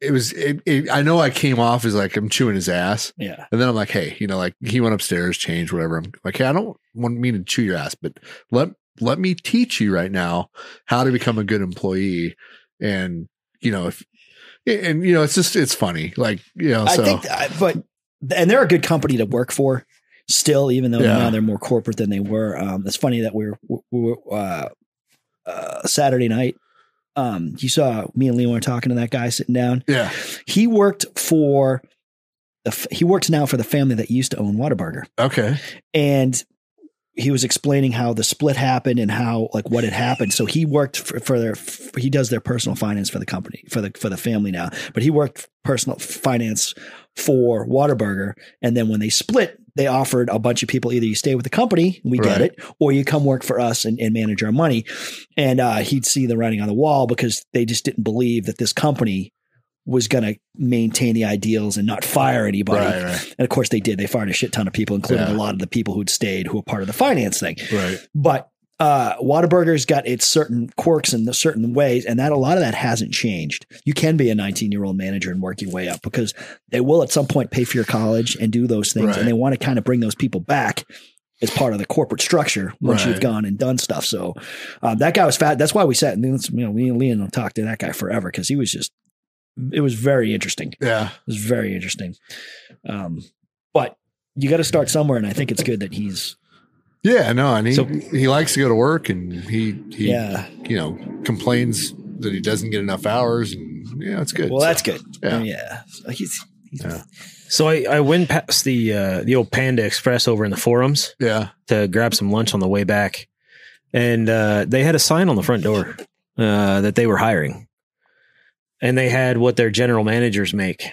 it was it, it, i know i came off as like i'm chewing his ass
Yeah.
and then i'm like hey you know like he went upstairs changed whatever i'm like hey i don't want me to chew your ass but let let me teach you right now how to become a good employee and you know if and you know it's just it's funny like you know Oh, so
I think, I, but and they're a good company to work for still, even though
Yeah.
now they're more corporate than they were. Um, it's funny that we're, we were uh, uh, Saturday night. Um, you saw me and Leon were talking to that guy sitting down.
yeah
He worked for the, f- he works now for the family that used to own Whataburger.
okay
and he was explaining how the split happened and how like what had happened. So he worked for, for their f he does their personal finance for the company for the for the family now, but he worked personal finance for Waterburger. And then when they split, they offered a bunch of people either you stay with the company, we
Right.
get it, or you come work for us and, and manage our money. And uh, he'd see the writing on the wall because they just didn't believe that this company was going to maintain the ideals and not fire anybody.
right right
And of course, they did. They fired a shit ton of people, including
Yeah.
a lot of the people who'd stayed who were part of the finance thing.
right
But uh, Whataburger's got its certain quirks and the certain ways, and that a lot of that hasn't changed. You can be a 19 year old manager and work your way up because they will at some point pay for your college and do those things,
Right.
and they want to kind of bring those people back as part of the corporate structure once
Right.
you've gone and done stuff. So uh, that guy was fat. That's why we sat and you know we and Leon talked to that guy forever because he was just it was very interesting.
Yeah.
It was very interesting. Um, but you got to start somewhere, and I think it's good that he's
Yeah, no, and he
So-
he likes to go to work and he he
yeah.
you know complains that he doesn't get enough hours and yeah, it's good.
Well,
So,
that's good.
yeah.
Yeah, So he's
So I, I went past the uh, the old Panda Express over in the forums
yeah.
to grab some lunch on the way back, and uh, they had a sign on the front door uh, that they were hiring, and they had what their general managers make.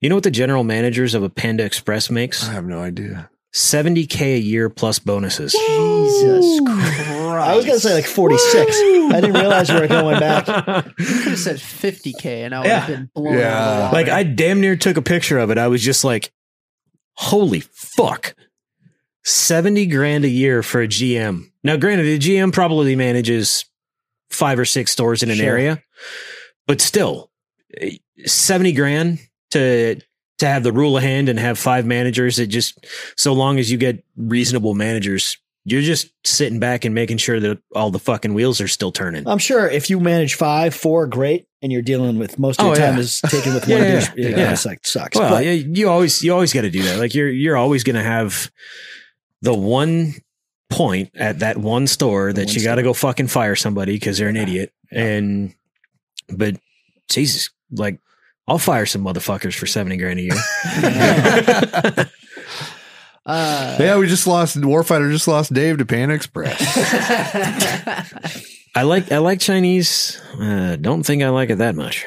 You know what the general managers of a Panda Express
I
Uh-huh.
makes?
have no idea.
Seventy k a year plus bonuses.
Jesus Christ. I was gonna say like forty six. I didn't realize we were going back.
You could have said 50k, and I would
Yeah.
have been blown out of
Yeah.
the water.
like I damn near took a picture of it. I was just like, holy fuck. 70 grand a year for a GM. Now, granted, the GM probably manages five or six stores in an
Sure.
area, but still, eh, 70 grand to to have the rule of hand and have five managers. It just so long as you get reasonable managers, you're just sitting back and making sure that all the fucking wheels are still turning.
I'm sure if you manage five, four, great, and you're dealing with most of your
Oh,
time
yeah.
is taken with
Yeah,
one.
yeah,
dish,
yeah.
yeah,
Yeah.
it's like sucks.
Well,
but
yeah, you always you always got to do that. Like you're you're always going to have the one point at that one store
The
that
one
you got to go fucking fire somebody because they're an idiot. And but Jesus, like I'll fire some motherfuckers for seventy grand a year.
uh,
Yeah, we just lost Warfighter just lost Dave to Pan Express.
Uh,
I like I like Chinese. Uh, don't think I like it that much.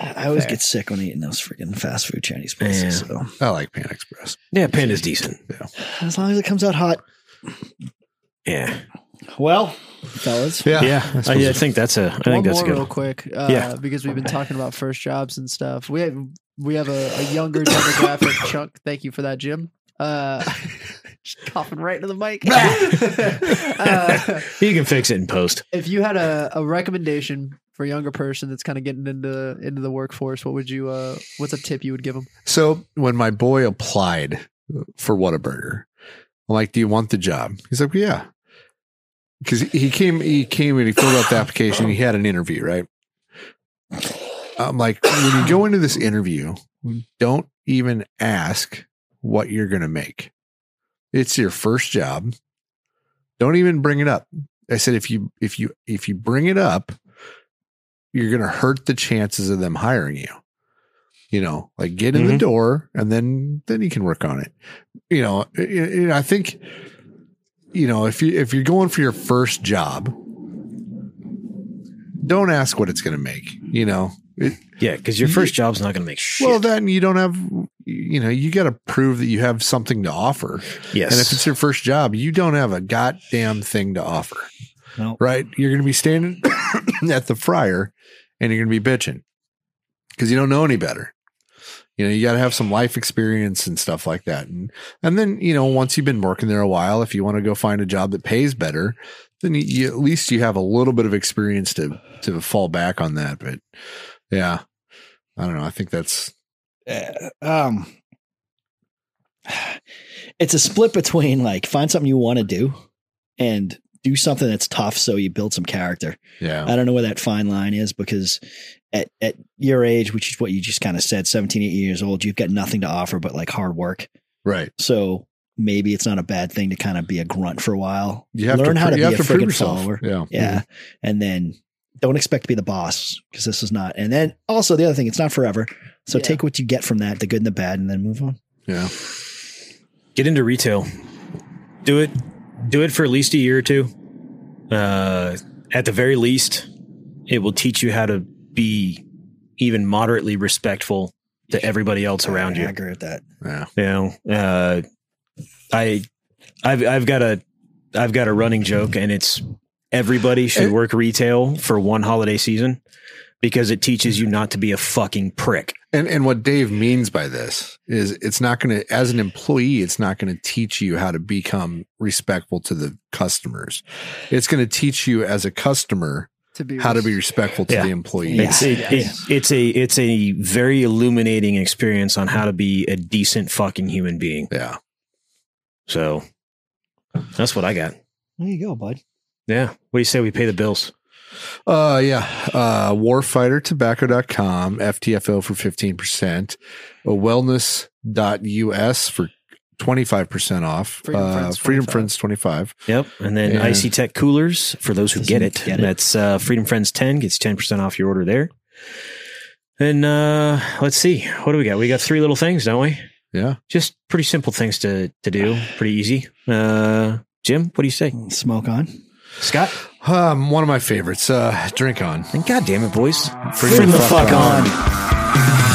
I always
Fair.
get sick when eating those freaking fast food Chinese places. So
I like Pan Express.
Yeah, Panda's decent.
as long as it comes out hot,
Yeah,
well, fellas,
Yeah.
yeah. I,
suppose
I think that's a. I think
one
that's a
more
good.
real
One.
quick, uh,
Yeah.
because we've been talking about first jobs and stuff. We have we have a, a younger demographic chunk. Thank you for that, Jim. Uh, just coughing right into the mic. uh,
You can fix it in post.
if you had a, a recommendation for a younger person that's kind of getting into into the workforce, what would you? Uh, what's a tip you would give them?
So when my boy applied for Whataburger, I'm like, "Do you want the job?" He's like, "Yeah," because he came, he came and he filled out the application. He had an interview, right? I'm like, when you go into this interview, don't even ask what you're going to make. It's your first job. Don't even bring it up. I said, if you if you if you bring it up, you're going to hurt the chances of them hiring you. You know, like get in the
Mhm.
door and then then you can work on it. You know, i- i- I think you know if you if you're going for your first job, don't ask what it's going to make. You know, it,
Yeah, because your first job's not going to make shit.
well, then you don't have, you know, you got to prove that you have something to offer.
yes,
And if it's your first job, you don't have a goddamn thing to offer.
No.
Right? You're going to be standing at the fryer and you're going to be bitching because you don't know any better. You know, you got to have some life experience and stuff like that. And, and then, you know, once you've been working there a while, if you want to go find a job that pays better, then you, you, at least you have a little bit of experience to, to fall back on that. But yeah, I don't know. I think that's,
uh, um, it's a split between like find something you want to do and do something that's tough so you build some character.
yeah.
I don't know where that fine line is because at, at your age, which is what you just kind of said, 17, 18 years old, you've got nothing to offer but like hard work.
Right.
So maybe it's not a bad thing to kind of be a grunt for a while.
You have
Learn
to,
how
pr-
to
you
be
have
a
to prove
friggin'
yourself.
follower.
Yeah.
Yeah. And then don't expect to be the boss because this is not. And then also the other thing, it's not forever. So
Yeah.
take what you get from that, the good and the bad, and then move on.
Mm-hmm. Yeah.
get into retail. Do it. Do it for at least a year or two. Uh, at the very least, it will teach you how to be even moderately respectful to everybody else around
I, I
you.
agree with that.
Yeah.
You know, uh, I, I've I've got a I've got a running joke, and it's everybody should work retail for one holiday season because it teaches you not to be a fucking prick.
And and what Dave means by this is it's not going to as an employee it's not going to teach you how to become respectful to the customers. It's going to teach you as a customer
to be
how to be respectful to
Yeah.
the employee.
It's
Yeah.
a, it,
Yes.
it's a it's a very illuminating experience on how to be a decent fucking human being.
Yeah.
So that's what I got.
There you go, bud.
Yeah. What do you say we pay the bills?
Uh yeah. Uh warfightertobacco.com, FTFO for 15%, uh, wellness.us for 25% off.
Freedom
uh,
Friends
Freedom
25.
Friends 25.
Yep. And then
Yeah.
Icy Tech coolers for those who
Doesn't
get it.
get it.
That's uh, Freedom Friends ten gets ten percent off your order there. And uh, let's see, what do we got? We got three little things, don't we?
Yeah.
Just pretty simple things to to do. Pretty easy. Uh, Jim, what do you say?
Smoke on.
Scott?
Um one of my favorites, uh drink on.
And God damn it, boys.
Bring the fuck on.